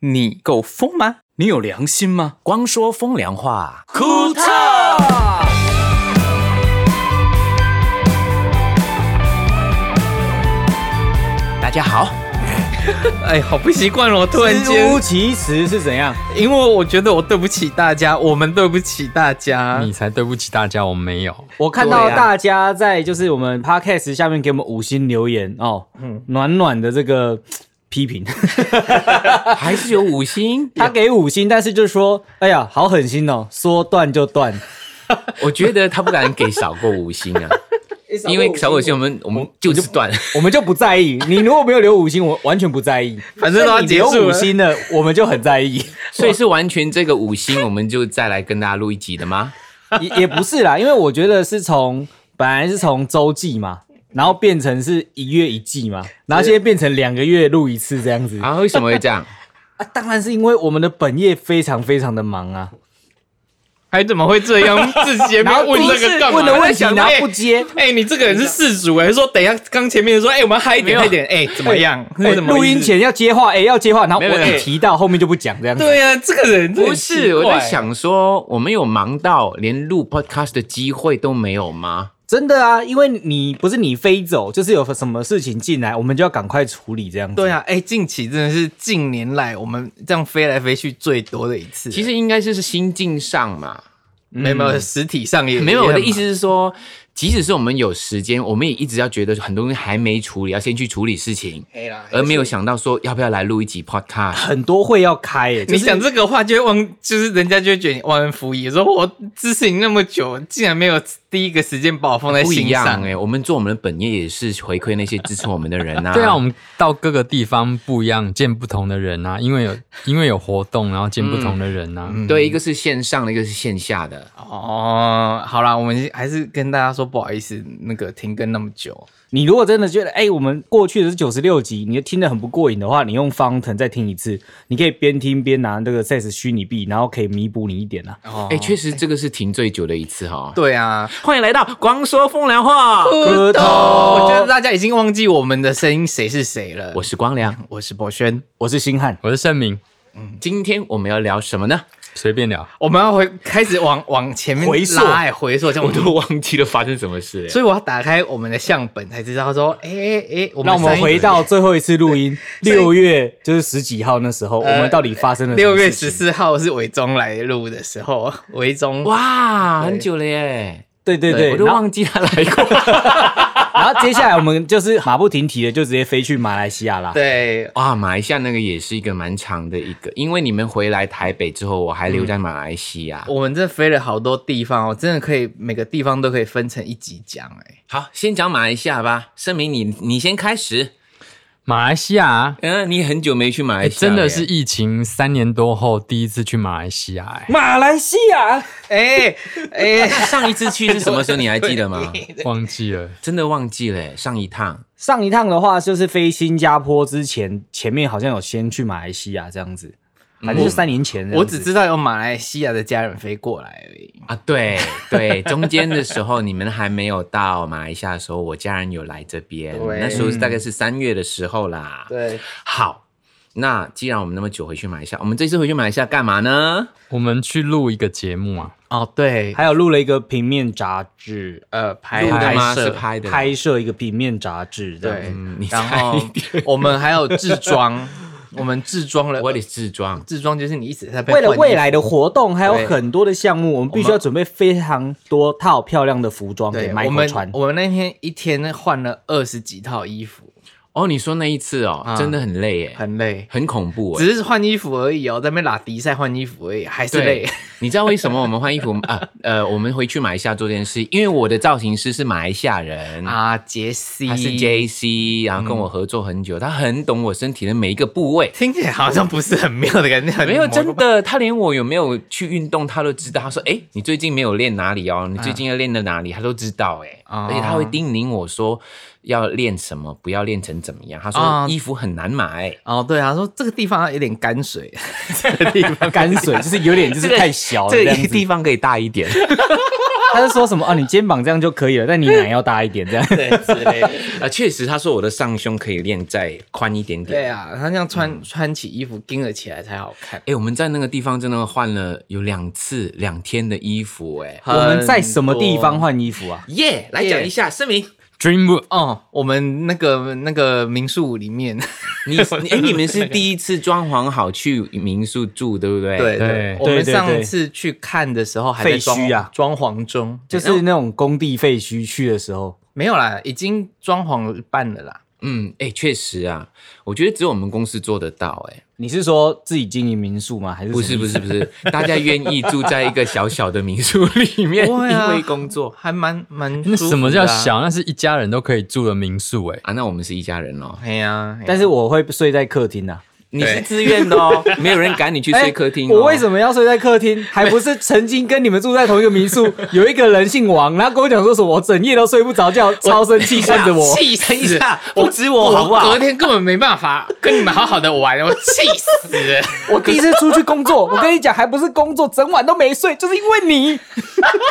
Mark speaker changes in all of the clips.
Speaker 1: 你够疯吗？你有良心吗？
Speaker 2: 光说风凉话，
Speaker 1: 库特。
Speaker 2: 大家好。
Speaker 1: 哎，好不习惯哦，突然间，
Speaker 2: 其词是怎样？
Speaker 1: 因为我觉得我对不起大家，我们对不起大家。
Speaker 3: 你才对不起大家，我们没有。
Speaker 2: 我看
Speaker 1: 啊
Speaker 2: 到大家在就是我们 podcast 下面给我们五星留言哦，
Speaker 1: 嗯
Speaker 2: 暖暖的这个批评，。
Speaker 3: 还是有五星
Speaker 2: 他给五星，但是就说，哎呀，好狠心哦，说断就断，
Speaker 3: 我觉得他不敢给少过五星啊，因为少过五星，我们我们就是断。
Speaker 2: 我们就不在意。你如果没有留五星，我完全不在意。
Speaker 1: 反正都要
Speaker 2: 你
Speaker 1: 结
Speaker 2: 留
Speaker 1: 束
Speaker 2: 五
Speaker 1: 了，
Speaker 2: 星的，我们就很在意。
Speaker 3: 所以是完全这个五星，我们就再来跟大家录一集的吗？
Speaker 2: 也也不是啦，因为我觉得是从本来是从周记嘛，然后变成是一月一季嘛，然后现在变成两个月录一次这样子啊
Speaker 3: 啊，为什么会这样？
Speaker 2: 当然是因为我们的本业非常非常的忙啊，
Speaker 1: 还怎么会这 样？自己也没
Speaker 2: 然
Speaker 1: 有
Speaker 2: 后
Speaker 1: 问
Speaker 2: 第一
Speaker 1: 这个
Speaker 2: 次
Speaker 1: 干嘛？
Speaker 2: 问的问题，
Speaker 1: 我在想
Speaker 2: 然后
Speaker 1: 哎
Speaker 2: 不接。
Speaker 1: 哎，你这个人是事主哎，说等一下，刚前面说哎，我们嗨一点，嗨一点，哎，怎么样？
Speaker 2: 哎
Speaker 1: 是什么
Speaker 2: 录音
Speaker 1: 意思？
Speaker 2: 前要接话，哎、要接话，然后我
Speaker 3: 没有没
Speaker 2: 一
Speaker 3: 有
Speaker 2: 提到后面就不讲这样子。
Speaker 1: 对呀，这个人真的
Speaker 3: 不
Speaker 1: 很
Speaker 3: 是，
Speaker 1: 奇
Speaker 3: 我
Speaker 1: 怪
Speaker 3: 在，想说，我们有忙到连录 podcast 的机会都没有吗？
Speaker 2: 真的啊，因为你不是你飞走，就是有什么事情进来，我们就要赶快处理这样子。
Speaker 1: 对啊，哎，近期真的是近年来我们这样飞来飞去最多的一次。
Speaker 3: 其实应该就是心境上 嘛。
Speaker 1: 没有嗯没有，实体上也
Speaker 3: 没有，
Speaker 1: 也
Speaker 3: 我的
Speaker 1: 很
Speaker 3: 意思是说，即使是我们有时间，我们也一直要觉得很多东西还没处理，要先去处理事情，
Speaker 1: 黑哎啦
Speaker 3: 而没有想到说要不要来录一集 podcast。
Speaker 2: 很多会要开、哎，就
Speaker 1: 你
Speaker 2: 是
Speaker 1: 讲这个话就会忘，就是人家就会觉得你忘恩负义，说我支持你那么久，竟然没有第一个时间把我放在
Speaker 3: 不
Speaker 1: 心
Speaker 3: 一样
Speaker 1: 上。
Speaker 3: 哎、我们做我们的本业也是回馈那些支持我们的人 呐、
Speaker 4: 对啊，我们到各个地方不一样，见不同的人啊，因为有因为有活动，然后见不同的人啊。
Speaker 3: 对，一个是线上的，一个是线下的。
Speaker 1: 哦，好啦，我们还是跟大家说不好意思，那个停更那么久，
Speaker 2: 你如果真的觉得，哎、我们过去的是九十六集，你听得很不过瘾的话，你用方腾再听一次，你可以边听边拿这个 SES 虚拟币，然后可以弥补你一点啊。
Speaker 1: 哦
Speaker 3: 哎、确实这个是停最久的一次哈、
Speaker 1: 对啊，
Speaker 3: 欢迎来到光说风凉话，
Speaker 2: 磕头，
Speaker 1: 我觉得大家已经忘记我们的声音谁是谁了。
Speaker 3: 我是光良。
Speaker 1: 我是博轩，
Speaker 2: 我是星汉，
Speaker 4: 我是盛明，
Speaker 3: 今天我们要聊什么呢？
Speaker 4: 随便聊。
Speaker 1: 我们要回开始往 往前面
Speaker 2: 回溯
Speaker 1: 拉，哎，回溯这 样
Speaker 3: 我都忘记了发生什么事了。
Speaker 1: 所以我要打开我们的相本才知道说，哎哎哎，我们
Speaker 2: 让我们
Speaker 1: 上一
Speaker 2: 回到最后一次录 音，六月就是十几号那时候，我
Speaker 1: 呃
Speaker 2: 们到底发生了什么
Speaker 1: 六月
Speaker 2: 事
Speaker 1: 十
Speaker 2: 情？
Speaker 1: 四号是伟忠来录的时候，伟忠
Speaker 3: 哇，很久了耶，
Speaker 2: 对对对，
Speaker 3: 我都
Speaker 2: 然后
Speaker 3: 忘记他来过。
Speaker 2: 然后接下来我们就是马不停蹄的就直接飞去马来西亚啦。
Speaker 1: 对，
Speaker 3: 哇，马来西亚那个也是一个蛮长的一个，因为你们回来台北之后，我还留在马来西亚。
Speaker 1: 我们真的飞了好多地方哦，真的可以每个地方都可以分成一集讲哎。
Speaker 3: 好，先讲马来西亚吧。声明你，你先开始。
Speaker 4: 马来西亚啊、
Speaker 3: 嗯、你很久没去马来
Speaker 4: 哎
Speaker 3: 西亚
Speaker 4: 真
Speaker 3: 了耶、
Speaker 4: 的是疫情三年多后第一次去马来西亚、 哎
Speaker 2: 马来西亚，
Speaker 1: 哎哎，
Speaker 3: 上一次去是什么时候？你还记得吗？
Speaker 4: 忘记了。
Speaker 3: 真的忘记了耶，上一趟。
Speaker 2: 上一趟的话就是飞新加坡之前，前面好像有先去马来西亚这样子，反正就三年前这样 子。
Speaker 1: 我只知道有马来西亚的家人飞过来而已。
Speaker 3: 啊，对对，中间的时候你们还没有到马来西亚的时候，我家人有来这边，
Speaker 1: 对
Speaker 3: 那时候大概是三月的时候啦。，
Speaker 1: 对，
Speaker 3: 好，那既然我们那么久回去马来西亚，我们这次回去马来西亚干嘛呢？
Speaker 4: 我们去录一个节目啊，
Speaker 1: 哦对，
Speaker 2: 还有录了一个平面杂志，
Speaker 1: 呃，拍
Speaker 3: 录的吗？
Speaker 1: 拍
Speaker 3: 是
Speaker 1: 摄，
Speaker 3: 拍的吗，
Speaker 2: 拍摄一个平面杂志，这样
Speaker 1: 对
Speaker 2: 子，
Speaker 3: 嗯，你
Speaker 1: 然
Speaker 3: 猜
Speaker 1: 后我们还有 制装，我们制装了。
Speaker 3: 我得自装。
Speaker 1: 制装就是你一直在被
Speaker 2: 为了
Speaker 1: 换衣服
Speaker 2: 未来的活动还有
Speaker 1: 对
Speaker 2: 很多的项目，我们必须要准备非常多套漂亮的服装给
Speaker 1: 对，我
Speaker 2: Michael
Speaker 1: 们
Speaker 2: 穿。
Speaker 1: 我们那天一天换了二十几套衣服，
Speaker 3: 哦，你说那一次哦，
Speaker 1: 啊
Speaker 3: 真的很累耶，
Speaker 1: 很累。
Speaker 3: 很恐怖哎。
Speaker 1: 只是换衣服而已哦，在那边拉迪赛换衣服而已，还是累
Speaker 3: 对。，你知道为什么我们换 衣服啊？呃，我们回去马来西亚做这件事，因为我的造型师是马来西亚人，
Speaker 1: 啊，杰西，
Speaker 3: 他是 J C，然后跟我合作很久，他很懂我身体的每一个部位。
Speaker 1: 听起来好像不是很妙的感觉，
Speaker 3: 没有真
Speaker 1: 的。
Speaker 3: 的，他连我有没有去运动，他都知道。他说：“哎、你最近没有练哪里哦？你最近要练的哪里？”他都知道、诶哎、
Speaker 1: 哦
Speaker 3: 而且他会叮咛我说要练什么，不要练成怎么样。他说
Speaker 1: 哦
Speaker 3: 衣服很难买，
Speaker 1: 哦，对啊，说这个地方有点干水，这个地方
Speaker 2: 干水就是有点就是太小了，
Speaker 3: 这
Speaker 2: 这
Speaker 3: 个
Speaker 2: 样子
Speaker 3: 地方可以大一点。
Speaker 2: 他是说什么啊？你肩膀这样就可以了，但你奶要大一点这样。
Speaker 1: 对之类的。
Speaker 3: 啊，确实，他说我的上胸可以练再宽一点点。
Speaker 1: 对啊，他这样穿、穿起衣服盯了起来才好看。
Speaker 3: 哎、我们在那个地方真的换了有两次两天的衣服、哎诶
Speaker 2: 我们在什么地方换衣服啊？
Speaker 3: 耶来讲一下声明。
Speaker 4: Dreamwood
Speaker 1: 哦，我们那个那个民宿里面，
Speaker 3: 你 你哎、你们是第一次装潢好去民宿住，对不对？
Speaker 1: 对
Speaker 4: 对
Speaker 1: 我们
Speaker 2: 对对
Speaker 1: 上次去看的时候还在
Speaker 2: 废墟
Speaker 1: 装
Speaker 2: 啊
Speaker 1: 装潢中，哎
Speaker 2: 就是那种工地废墟去的时候，
Speaker 1: 没有啦，已经装潢了半了啦。
Speaker 3: 嗯，哎、确实啊，我觉得只有我们公司做得到、 诶
Speaker 2: 你是说自己经营民宿吗？还是
Speaker 3: 不
Speaker 2: 什
Speaker 3: 是
Speaker 2: 么
Speaker 3: 不
Speaker 2: 意
Speaker 3: 是
Speaker 2: 思？
Speaker 3: 不是，大家愿意住在一个小小的民宿里面，
Speaker 1: 不会啊
Speaker 3: 因为工作
Speaker 1: 还蛮蛮
Speaker 4: 那
Speaker 1: 舒
Speaker 4: 什么
Speaker 1: 服
Speaker 4: 叫
Speaker 1: 的啊？
Speaker 4: 小？那是一家人都可以住的民宿哎、
Speaker 3: 啊，那我们是一家人哦。
Speaker 1: 哎呀，
Speaker 2: 但是我会睡在客厅啊。
Speaker 3: 你是自愿的哦，没有人赶 你去睡客厅、哦
Speaker 2: 我为什么要睡在客厅？还不是曾经跟你们住在同一个民 宿，有一个人姓王，然后跟我讲说什么我整夜都睡不着觉，超生气，看着我。
Speaker 1: 气死一下，
Speaker 3: 不止我好不好
Speaker 1: 隔天根本没办法跟你们好好的玩，我气死了。
Speaker 2: 我第一次出去工作，我跟你讲，还不是工作，整晚都没睡，就是因为你。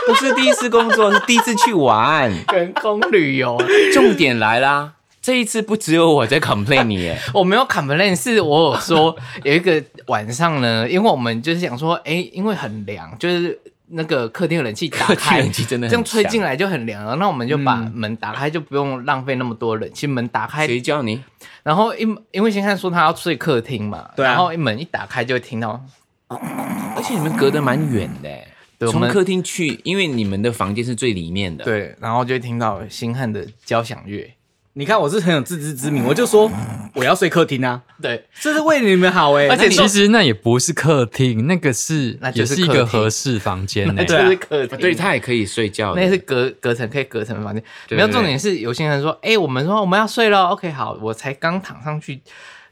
Speaker 3: 不是第一次工作，是第一次去玩。
Speaker 1: 员工旅游，
Speaker 3: 重点来啦，这一次不只有我在 complain 你 耶，
Speaker 1: 我没有 complain，是我有说有一个晚上呢，因为我们就是想说，哎、因为很凉，就是那个客厅的冷气打
Speaker 3: 客厅
Speaker 1: 开，嗯
Speaker 3: 冷气真的
Speaker 1: 这样吹进
Speaker 3: 来。
Speaker 1: 来就很凉了。那我们就把门打开，就不用浪费那么多冷气。门打开，
Speaker 3: 谁叫你？
Speaker 1: 然后一因为先看说他要睡客厅嘛，
Speaker 2: 对啊
Speaker 1: 然后一门一打开就会听到，
Speaker 3: 而且你们隔得蛮远的耶，
Speaker 1: 对我
Speaker 3: 从
Speaker 1: 们
Speaker 3: 客厅去，因为你们的房间是最里面的。，
Speaker 1: 对，然后就会听到星汉的交响乐，
Speaker 2: 你看我是很有自知之明，我就说我要睡客厅啊，
Speaker 1: 对，
Speaker 2: 这是为你们好哎、
Speaker 1: 而且
Speaker 4: 其实那也不是客厅，那个是
Speaker 1: 那就
Speaker 4: 也
Speaker 1: 是
Speaker 4: 是一
Speaker 1: 客
Speaker 4: 个
Speaker 1: 厅啊
Speaker 4: 合适房间
Speaker 1: 那
Speaker 4: 哎、
Speaker 1: 就是客厅，
Speaker 3: 啊对他也可以睡觉的。
Speaker 1: 那是隔隔层，可以隔层房间。
Speaker 3: 对
Speaker 1: 没有重点是，有些人说，哎、我们说我们要睡了，OK，好，我才刚躺上去，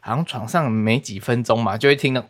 Speaker 1: 好像床上没几分钟嘛，就会听到，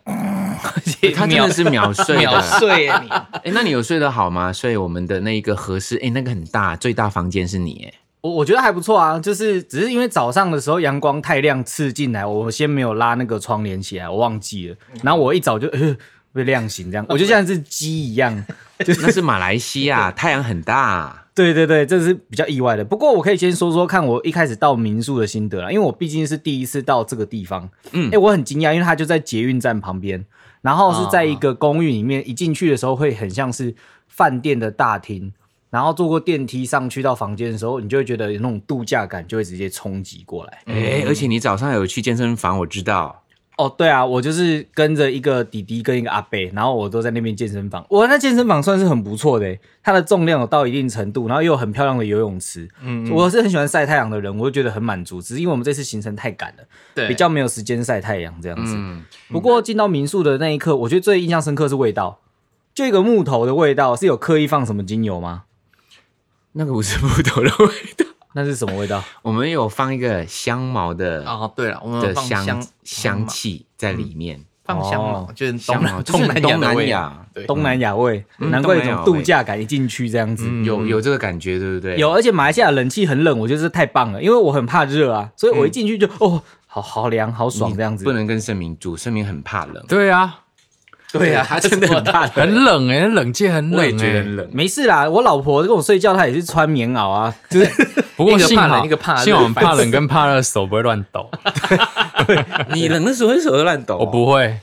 Speaker 3: 欸他真的是 秒睡
Speaker 1: 秒
Speaker 3: 的。
Speaker 1: 睡耶 你。
Speaker 3: 哎、那你有睡得好吗？睡我们的那一个合适，哎、那个很大，最大房间是你，哎，
Speaker 2: 我我觉得还不错啊，就是只是因为早上的时候阳光太亮刺进来，我先没有拉那个窗帘起来，我忘记了。然后我一早就、呃、被亮醒，这样我就像是鸡一样。
Speaker 3: 那是马来西 亚，太阳很大。
Speaker 2: 对对对，这是比较意外的。不过我可以先说说看我一开始到民宿的心得啦，因为我毕竟是第一次到这个地方。嗯，哎、我很惊讶，因为它就在捷运站旁边，然后是在一个公寓里面，一进去的时候会很像是饭店的大厅。然后坐过电梯上去到房间的时候，你就会觉得有那种度假感，就会直接冲击过来。
Speaker 1: 嗯
Speaker 3: 哎、而且你早上有去健身房，我知道。
Speaker 2: 哦，对啊，我就是跟着一个弟弟跟一个阿伯，然后我都在那边健身房。我那健身房算是很不错的欸，它的重量有到一定程度，然后又有很漂亮的游泳池。嗯，我是很喜欢晒太阳的人，我就觉得很满足。只是因为我们这次行程太赶了，
Speaker 1: 对，
Speaker 2: 比较没有时间晒太阳这样子。
Speaker 3: 嗯，
Speaker 2: 不过进到民宿的那一刻，我觉得最印象深刻是味道，就一个木头的味道，是有刻意放什么精油吗？
Speaker 3: 那个不是木头的味道。
Speaker 2: 那是什么味道？
Speaker 3: 我们有放一个香茅的、
Speaker 1: 哦，对了，我们
Speaker 3: 的
Speaker 1: 放
Speaker 3: 香
Speaker 1: 香
Speaker 3: 香
Speaker 1: 嘛
Speaker 3: 气在里面。
Speaker 1: 放香茅
Speaker 2: 哦，
Speaker 1: 就是
Speaker 3: 香
Speaker 1: 东
Speaker 3: 茅
Speaker 1: 南
Speaker 3: 就是
Speaker 1: 东南亚
Speaker 3: 东
Speaker 1: 的
Speaker 3: 南
Speaker 1: 味
Speaker 3: 亚
Speaker 1: 道，对，
Speaker 2: 东南亚味，
Speaker 3: 嗯
Speaker 2: 难怪有
Speaker 3: 东南
Speaker 2: 种
Speaker 3: 亚
Speaker 2: 度
Speaker 3: 味嗯
Speaker 2: 假感，一进去这样子。
Speaker 3: 有
Speaker 1: 嗯
Speaker 3: 有这个感觉，对不对？
Speaker 2: 有，而且马来西亚冷气很冷，我觉得这太棒了，因为我很怕热啊，所以我一
Speaker 1: 嗯
Speaker 2: 进去就、哦，好好凉，好爽这样子。
Speaker 3: 不能跟盛明住，盛明很怕冷。
Speaker 4: 对啊，
Speaker 1: 对啊，
Speaker 3: 他真的很怕冷。
Speaker 4: 很冷哎、那冷气很冷
Speaker 3: 我也觉
Speaker 4: 哎、
Speaker 3: 得很冷。
Speaker 2: 没事啦，我老婆跟我睡觉，她也是穿棉袄啊，就是
Speaker 4: 不过
Speaker 1: 一个
Speaker 4: 幸
Speaker 1: 怕
Speaker 4: 好
Speaker 1: 冷一个怕热
Speaker 4: 幸好我们怕冷跟怕热手不会乱 抖，
Speaker 3: 你冷的时候会手会乱
Speaker 1: 哦
Speaker 3: 抖、啊
Speaker 4: 我不会。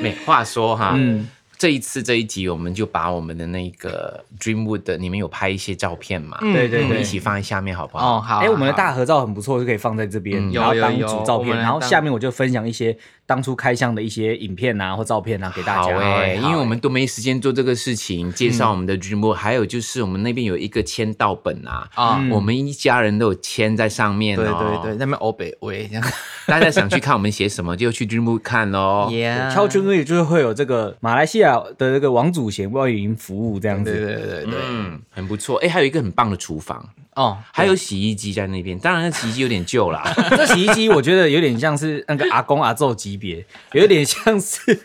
Speaker 3: 没话说哈，
Speaker 1: 嗯
Speaker 3: 这一次这一集我们就把我们的那个 Dreamwood 的，你们有拍一些照片嘛？
Speaker 1: 嗯
Speaker 2: 对对
Speaker 3: 我们一
Speaker 2: 对。
Speaker 3: 起放在下面好不好？
Speaker 1: 哦，好，
Speaker 2: 哎、我们的
Speaker 1: 好
Speaker 2: 大合照很不错，就可以放在这边，
Speaker 3: 嗯
Speaker 2: 然后
Speaker 1: 有有
Speaker 2: 当
Speaker 1: 有
Speaker 2: 主照
Speaker 1: 我们
Speaker 2: 片，
Speaker 1: 来
Speaker 2: 然后
Speaker 1: 当
Speaker 2: 下面我就分享一些当初开箱的一些影片啊或照片啊给大
Speaker 3: 好
Speaker 2: 家。
Speaker 1: 欸
Speaker 3: 哎、因为我
Speaker 2: 们
Speaker 3: 们都没时间做这个事情，介
Speaker 1: 嗯
Speaker 3: 绍我们的 Dreamwood，、还有就是我们那边有一个签到本啊，
Speaker 1: 啊，
Speaker 3: 我们一家人都有签在上面
Speaker 1: 对
Speaker 3: 哦。
Speaker 1: 对 对，，那边欧北威这样，
Speaker 3: 大家想去看我们写什么，就去 Dreamwood 看 喽。
Speaker 1: 耶
Speaker 2: 敲军乐就是会有这个马来西亚的这个王祖贤为您服务这样
Speaker 1: 对
Speaker 2: 子。
Speaker 1: 对对对，
Speaker 3: 嗯嗯，很不错。哎、还有一个很棒的厨房，
Speaker 1: 哦，
Speaker 3: 还有洗衣机在那边，当然那洗衣机有点旧 啦。
Speaker 2: 这洗衣机我觉得有点像是那个阿公阿昼级别，有点 像是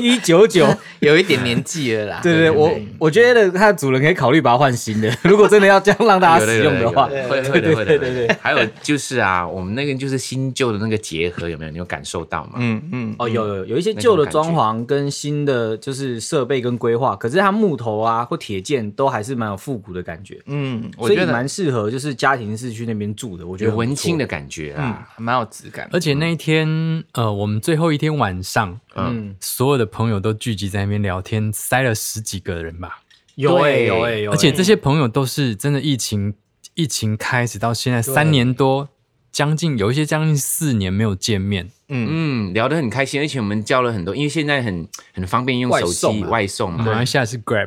Speaker 2: 一九九。
Speaker 1: 有一点年纪了啦。
Speaker 2: 对对，对我我觉得它的主人可以考虑把它换新的。 如果真的要这样让大家使用的话，
Speaker 3: 有的有的有的会会的会的。对对，还有就是啊，我们那个就是新旧的那个结合，有没有？你有感受到吗？
Speaker 1: 嗯嗯，
Speaker 2: 哦，有有有一些旧的装潢跟新的就是设备跟规划，可是它木头啊或铁件都还是蛮有复古的感觉，
Speaker 1: 嗯，我
Speaker 2: 所以
Speaker 1: 觉得
Speaker 2: 蛮适合就是家庭式去那边住的。我觉
Speaker 3: 有
Speaker 2: 得很
Speaker 3: 文
Speaker 2: 不错
Speaker 3: 青的感觉啊。
Speaker 1: 还蛮有质感的。
Speaker 4: 而且那一天，呃，我们最后一天晚上，
Speaker 2: 嗯
Speaker 4: 所有的朋友都聚集在那边聊天，塞了十几个人吧。
Speaker 2: 有哎、
Speaker 3: 对
Speaker 2: 有哎、有欸，
Speaker 4: 而且这些朋友都是真的，疫情疫情开始到现在三年多，将近有一些将近四年没有见面。
Speaker 3: 嗯，聊得很开心，而且我们教了很多，因为现在很很方便用手
Speaker 2: 外
Speaker 3: 机
Speaker 2: 送啊
Speaker 3: 外送
Speaker 1: 嗯
Speaker 3: 嗯嘛，
Speaker 4: 马来西亚是 Grab，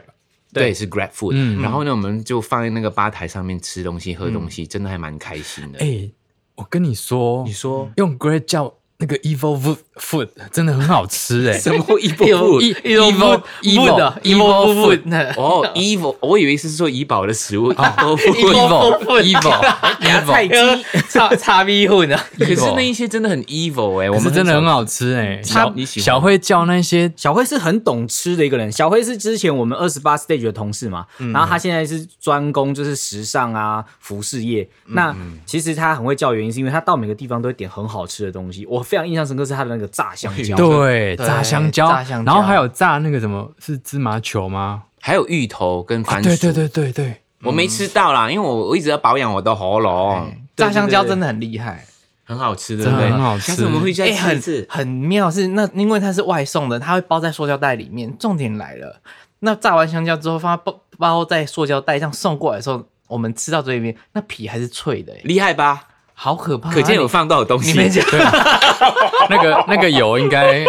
Speaker 3: 对，是 Grab Food、
Speaker 4: 嗯
Speaker 3: 然后呢，我们就放在那个吧台上面吃东西、喝东西，真的还蛮开心的。
Speaker 4: 哎、我跟你说，
Speaker 3: 你 说
Speaker 4: 用 Grab 叫那个 Evil Food Food 真的很好吃哎、
Speaker 3: 什 么 evil food？
Speaker 4: Evil
Speaker 1: evil 的 evil
Speaker 4: Food 哦
Speaker 1: food 呢？
Speaker 3: 哦，evil，我以为是说怡宝的食物，evil food。
Speaker 4: Evil
Speaker 1: Food
Speaker 4: Evil
Speaker 2: 菜
Speaker 4: Evil，
Speaker 1: 差差逼混的，
Speaker 3: 可是那一些真的很 evil 哎、我
Speaker 4: 我
Speaker 3: 们
Speaker 4: 们真的很
Speaker 3: 少
Speaker 4: 好吃哎、
Speaker 3: 他
Speaker 4: 小
Speaker 3: 你喜欢
Speaker 4: 小慧叫那些
Speaker 2: 小辉是很懂吃的一个人。小辉是之前我们二十八 stage 的同事嘛，
Speaker 1: 嗯
Speaker 2: 然后他现在是专攻就是时尚啊、服饰业。
Speaker 1: 嗯
Speaker 2: 那其实他很会叫，原因是因为他到每个地方都会点很好吃的东西。我非常印象深刻是他的那个炸香
Speaker 1: 哎
Speaker 2: 蕉，
Speaker 4: 对
Speaker 1: 对
Speaker 4: 炸香蕉，
Speaker 1: 炸香蕉
Speaker 4: 然后还有炸那个什么是芝麻球吗？
Speaker 3: 还有芋头跟番
Speaker 4: 啊，
Speaker 3: 薯，
Speaker 4: 对对对对对，
Speaker 3: 我没吃到啦，因为我我一直要保养我的喉咙，
Speaker 1: 炸香蕉真的很厉害。
Speaker 3: 很好吃，对
Speaker 4: 哎真
Speaker 3: 不
Speaker 4: 的
Speaker 3: 对？
Speaker 4: 很好吃
Speaker 3: 下次我们会再
Speaker 1: 哎、
Speaker 3: 吃一
Speaker 1: 很
Speaker 3: 次。
Speaker 1: 很妙是那，因为它是外送的，它会包在塑胶袋里面。重点来了，那炸完香蕉之后，放它包包在塑胶袋上送过来的时候，我们吃到嘴里面，那皮还是脆的、哎，
Speaker 3: 厉害吧？
Speaker 1: 好可
Speaker 4: 哎
Speaker 1: 怕、啊！
Speaker 3: 可见有放多少东西
Speaker 1: 你。们讲
Speaker 4: 那个 那个油应该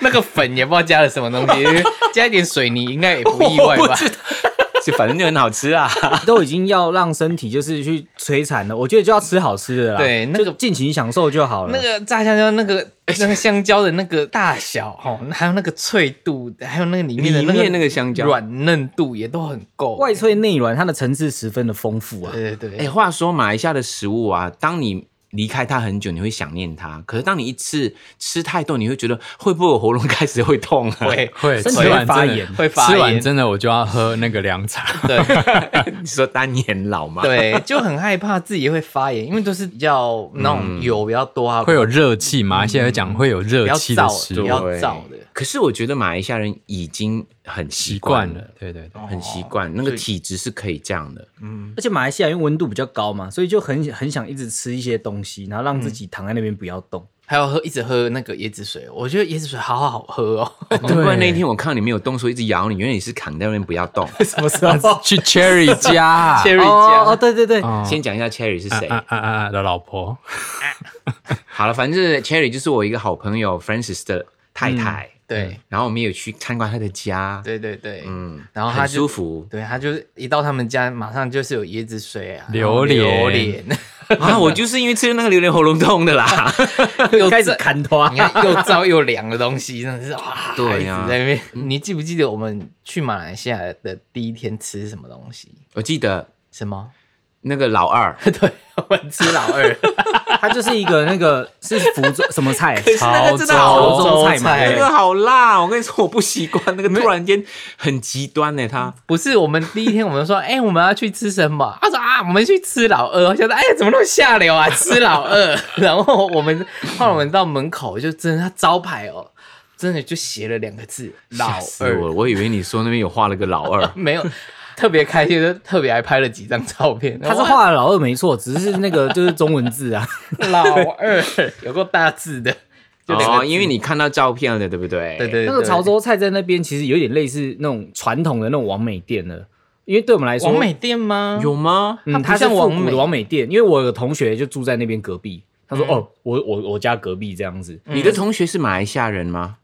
Speaker 1: 那个粉也不知道加了什么东西，加一点水泥应该也不意外吧？
Speaker 3: 就反正就很好吃啊。
Speaker 2: 都已经要让身体就是去摧残了，我觉得就要吃好吃的啦。
Speaker 1: 对那个
Speaker 2: 就尽情享受就好了。
Speaker 1: 那个炸香蕉，那个那个香蕉的那个大小哦，还有那个脆度，还有那个里面的
Speaker 3: 里面那个香蕉
Speaker 1: 软嫩度也都很够。
Speaker 2: 外脆内软，它的层次十分的丰富啊。
Speaker 1: 对对对，
Speaker 3: 哎、话说马来西亚的食物啊，当你离开它很久，你会想念它。可是当你一次吃太多，你会觉得会不会我喉咙开始会痛、啊？
Speaker 1: 会
Speaker 4: 会
Speaker 2: 身
Speaker 4: 吃
Speaker 2: 体会
Speaker 4: 完
Speaker 2: 发
Speaker 4: 真的
Speaker 2: 炎
Speaker 1: 会发
Speaker 4: 吃
Speaker 1: 炎
Speaker 4: 完真的我就要喝那个凉 茶。
Speaker 1: 对。
Speaker 3: 你说当年老吗？，
Speaker 1: 对， 就很害怕自己会发炎，因为都是比较那种油比较多啊，
Speaker 4: 会有热气嘛？现在讲会有
Speaker 1: 比
Speaker 4: 热
Speaker 1: 较
Speaker 4: 气的
Speaker 1: 燥，
Speaker 4: 食
Speaker 1: 比
Speaker 4: 物
Speaker 1: 较
Speaker 3: 对
Speaker 1: 燥的。
Speaker 3: 可是我觉得马来西亚人已经很习
Speaker 4: 习
Speaker 3: 惯
Speaker 4: 惯
Speaker 3: 了
Speaker 4: 了，，对对对，
Speaker 3: 很习惯，那个
Speaker 1: 所以
Speaker 3: 体质是可以这样 的。
Speaker 2: 而且马来西亚因为温度比较高嘛，所以就很很想一直吃一些东西，然后让自
Speaker 1: 嗯
Speaker 2: 己躺在那边不要动。
Speaker 1: 还有喝一直喝那个椰子水，我觉得椰子水好好喝哦。
Speaker 3: 难怪
Speaker 4: 对
Speaker 3: 那一天我看到你没有动，所以一直咬你，原来你是扛在那边不要动。
Speaker 2: 什么 时候？
Speaker 4: 啊去 Cherry 家啊
Speaker 1: Cherry
Speaker 2: 哦哦，
Speaker 1: 酱，
Speaker 2: 对对对，
Speaker 4: 哦
Speaker 3: 先讲一下 Cherry 是谁。
Speaker 4: 啊啊啊啊的老婆，
Speaker 3: 好了，反正 Cherry 就是我一个好朋友 Francis 的太太。
Speaker 1: 嗯
Speaker 3: 嗯
Speaker 1: 对
Speaker 3: 然后我们也有去参观她的家。，
Speaker 1: 对对对，
Speaker 3: 嗯，
Speaker 1: 然后他
Speaker 3: 很
Speaker 1: 就
Speaker 3: 舒服
Speaker 1: 对他就是一到他们家，马上就是有椰子水啊，
Speaker 4: 榴
Speaker 1: 然后榴
Speaker 4: 莲
Speaker 1: 莲，
Speaker 3: 啊！我就是因为吃了那个榴莲喉咙痛的啦。
Speaker 1: 又
Speaker 2: 开始
Speaker 1: 燥
Speaker 2: 砍头 啊
Speaker 1: 你！看又燥又凉的东西，真的是哇！
Speaker 3: 对啊呀
Speaker 1: 一直在那边，嗯你记不记得我们去马来西亚的第一天吃什么东西？
Speaker 3: 我记得
Speaker 1: 什么？
Speaker 3: 那个老 二，
Speaker 1: 对，我们吃老二。
Speaker 2: 它就是一个那个是福州什么菜？
Speaker 3: 那个真的
Speaker 4: 潮
Speaker 3: 好
Speaker 4: 州
Speaker 2: 州菜
Speaker 1: 哎
Speaker 3: 那
Speaker 2: 嘛
Speaker 1: 州菜
Speaker 3: 个好辣！我跟你说，我不习惯那个，突然间很极端呢。 他
Speaker 1: 不是我们第一天，我们说， 哎、我们要去吃什么？他说啊，我们去吃老二。我想说，哎、怎么那么下流啊，吃老二。 然后我们后来我们到门口，就真的他招牌哦，真的就写了两个字“老
Speaker 3: 吓哎死我了，
Speaker 1: 二。
Speaker 3: 我以为你说那边有画了个老 二”，
Speaker 1: 没有特别开心，就特别还拍了几张照片。
Speaker 2: 他是
Speaker 1: 哇
Speaker 2: 画了老二没错，只是那个就是中文字啊。
Speaker 1: 老二，有够大字的，就两个
Speaker 3: 哦，
Speaker 1: 字
Speaker 3: 因为你看到照片了，对不对？
Speaker 1: 对对对
Speaker 2: 那个潮州菜在那边其实有点类似那种传统的那种王美店了，因为对我们来说，
Speaker 1: 王美店吗？
Speaker 3: 有吗？
Speaker 2: 嗯，
Speaker 1: 它
Speaker 2: 它
Speaker 1: 不
Speaker 2: 是
Speaker 1: 像
Speaker 2: 复
Speaker 1: 王
Speaker 2: 古
Speaker 1: 美
Speaker 2: 的王美店，因为我有个同学就住在那边隔壁，他说、
Speaker 1: 嗯
Speaker 2: 哦，我我我家隔壁这样子，
Speaker 3: 你的同学是马来西亚人吗？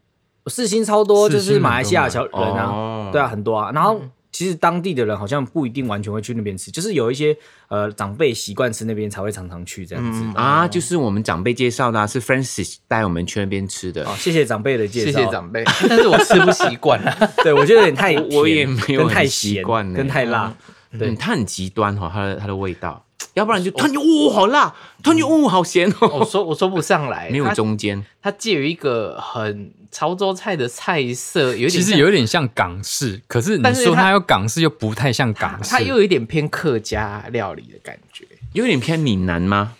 Speaker 2: 四星超多就
Speaker 4: 四
Speaker 2: 是
Speaker 4: 星
Speaker 2: 马来西亚
Speaker 4: 很
Speaker 2: 小人啊，
Speaker 3: 哦
Speaker 2: 对啊，很多啊，然后。其实当地的人好像不一定完全会去那边吃，就是有一些呃长辈习惯吃那边才会常常去这
Speaker 1: 嗯
Speaker 2: 样子。
Speaker 3: 啊，就是我们长辈介绍的、啊，是 Francis 带我们去那边吃的。
Speaker 2: 哦，谢谢长辈的介
Speaker 1: 谢
Speaker 2: 绍，
Speaker 1: 谢长辈，哎但是我吃不习惯啊。
Speaker 2: 对，我觉得有点太
Speaker 3: 我也
Speaker 2: 甜
Speaker 3: 没有
Speaker 2: 跟太
Speaker 3: 很
Speaker 2: 咸
Speaker 3: 习惯呢
Speaker 2: 跟太辣。
Speaker 3: 嗯，它很极端哈、哦，它的它的味道，要不然就突然就哦好辣，突然就哦好咸
Speaker 1: 我
Speaker 3: 哦，哎
Speaker 1: 说我说不上来，
Speaker 3: 没有
Speaker 1: 它
Speaker 3: 中间，
Speaker 1: 它介于一个很潮州菜的菜色，有点
Speaker 4: 其实
Speaker 1: 像
Speaker 4: 有点像港式，可是你
Speaker 1: 但是
Speaker 4: 说
Speaker 1: 它
Speaker 4: 它有港式，又不太像港式。
Speaker 1: 它又有一点偏客家料理的感觉，
Speaker 3: 有点偏闽南吗？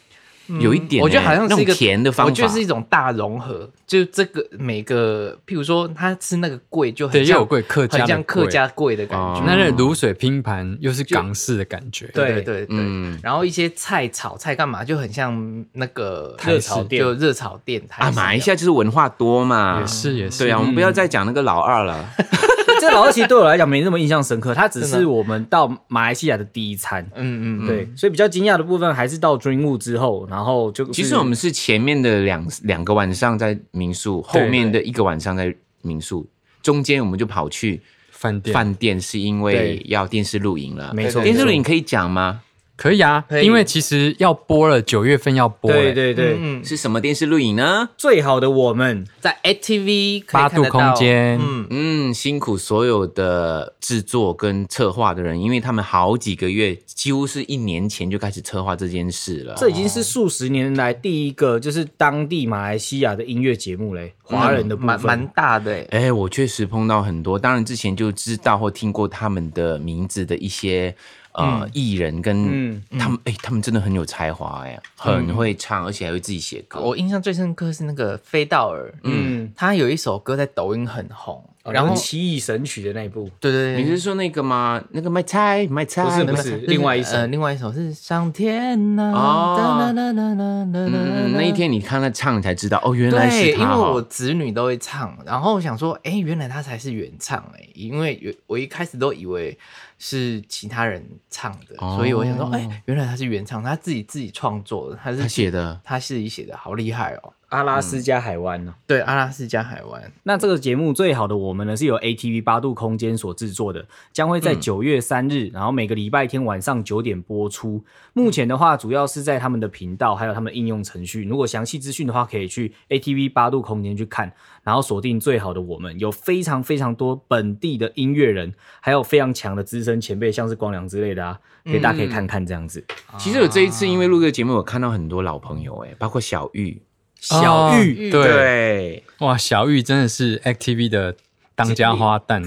Speaker 3: 有一点欸、
Speaker 1: 嗯我觉得好像
Speaker 3: 那
Speaker 1: 是
Speaker 3: 种
Speaker 1: 一个
Speaker 3: 甜的方法，
Speaker 1: 我觉得是一种大融合，就这个每个，譬如说他吃那个桂就很
Speaker 4: 对，又
Speaker 1: 像
Speaker 4: 有贵客家
Speaker 1: 很
Speaker 4: 的
Speaker 1: 像客
Speaker 4: 贵
Speaker 1: 家桂的感
Speaker 3: 哦
Speaker 1: 觉，
Speaker 4: 那那卤水拼盘又是港式的感觉，
Speaker 1: 对对对。
Speaker 3: 嗯
Speaker 1: 然后一些菜炒菜干嘛，就很像那个
Speaker 4: 台式热炒
Speaker 1: 店，就热炒店台
Speaker 3: 啊，
Speaker 1: 式
Speaker 3: 马来
Speaker 1: 的
Speaker 3: 西亚就是文化多嘛，
Speaker 4: 也是也是。
Speaker 3: 对啊，我们不
Speaker 4: 嗯
Speaker 3: 要再讲那个老二了，
Speaker 2: 这老二其实对我来讲没那么印象深刻，它只
Speaker 1: 真
Speaker 2: 是
Speaker 1: 的
Speaker 2: 我们到马来西亚的第一餐。
Speaker 1: 嗯嗯，嗯，
Speaker 2: 对，所以比较惊讶的部分还是到 Dreamwood 之后，然后就
Speaker 3: 其实我们是前面的两两个晚上在民宿，后
Speaker 4: 对
Speaker 3: 面的一个晚上在民宿，中间我们就跑去
Speaker 4: 饭店
Speaker 3: 饭店，是因为
Speaker 2: 对
Speaker 3: 要电视录影了。
Speaker 2: 没错，
Speaker 3: 电视录
Speaker 2: 没错
Speaker 3: 影可以讲吗？
Speaker 4: 可以啊，
Speaker 1: 可以
Speaker 4: 因为其实要播了，九月份要播了，
Speaker 2: 对对对，
Speaker 1: 嗯，嗯
Speaker 3: 是什么电视录影呢？
Speaker 2: 最好的我们
Speaker 1: 在 ATV 可以
Speaker 4: 八
Speaker 1: 看
Speaker 4: 度
Speaker 1: 得
Speaker 4: 空
Speaker 1: 到，
Speaker 4: 间，
Speaker 1: 嗯，
Speaker 3: 嗯，辛苦所有的制作跟策划的人，因为他们好几个月，几乎是一年前就开始策划这件事了。
Speaker 2: 这已经是数十年来第一个就是当地马来西亚的音乐节目嘞，华人的
Speaker 1: 嗯
Speaker 2: 部
Speaker 1: 蛮蛮
Speaker 2: 分。
Speaker 1: 大的欸，
Speaker 3: 哎，我确实碰到很多，当然之前就知道或听过他们的名字的一些呃、艺人跟
Speaker 2: 嗯
Speaker 3: 他们，哎、他们真的很有才华哎，很会唱，而且还会自己写歌。
Speaker 1: 我印象最深刻是那个飞道尔，
Speaker 2: 嗯，
Speaker 1: 他有一首歌在抖音很红，
Speaker 2: 哦然
Speaker 1: 然
Speaker 2: 后
Speaker 1: 后
Speaker 2: 《奇异神曲》的那一部，
Speaker 1: 对对对，
Speaker 3: 哦你是说那个吗？那个卖菜卖菜
Speaker 2: 不是
Speaker 3: 卖
Speaker 2: 不
Speaker 3: 菜
Speaker 2: 是另外一首
Speaker 1: 呃，另外一首是上天呐、
Speaker 3: 哦
Speaker 1: 哒哒哒哒哒哒哒
Speaker 3: 嗯，那一天你看他唱才知道，哦，原来
Speaker 1: 对，
Speaker 3: 是
Speaker 1: 因
Speaker 3: 他、
Speaker 1: 为我
Speaker 3: 哦。
Speaker 1: 子女都会唱，然后我想说，哎、原来他才是原唱哎、因为原我一开始都以为是其他人唱的，
Speaker 3: 哦
Speaker 1: 所以我想说，哎、原来他是原唱，他自己自己创作的，他是
Speaker 3: 他写的，
Speaker 1: 他自己写的，好厉害哦！
Speaker 2: 阿拉斯加海湾哦呢、
Speaker 1: 对，阿拉斯加海湾，
Speaker 2: 那这个节目最好的我们呢，是由 ATV 八度空间所制作的，将会
Speaker 3: 嗯
Speaker 2: 在九月三日，然后每个礼拜天晚上九点播出。目前的话，主要是在他们的频道还有他们的应用程序。如果详细资讯的话，可以去 ATV 八度空间去看，然后锁定最好的我们，有非常非常多本地的音乐人，还有非常强的资深前辈，像是光良之类的啊，可以大
Speaker 3: 嗯
Speaker 2: 家可以看看这样子。
Speaker 3: 其实我这一次因为录这个节目，我看到很多老朋友，哎，包括小玉，
Speaker 2: 小玉，
Speaker 4: 哦对，
Speaker 3: 对，
Speaker 4: 哇，小玉真的是 ACTV 的当家花旦，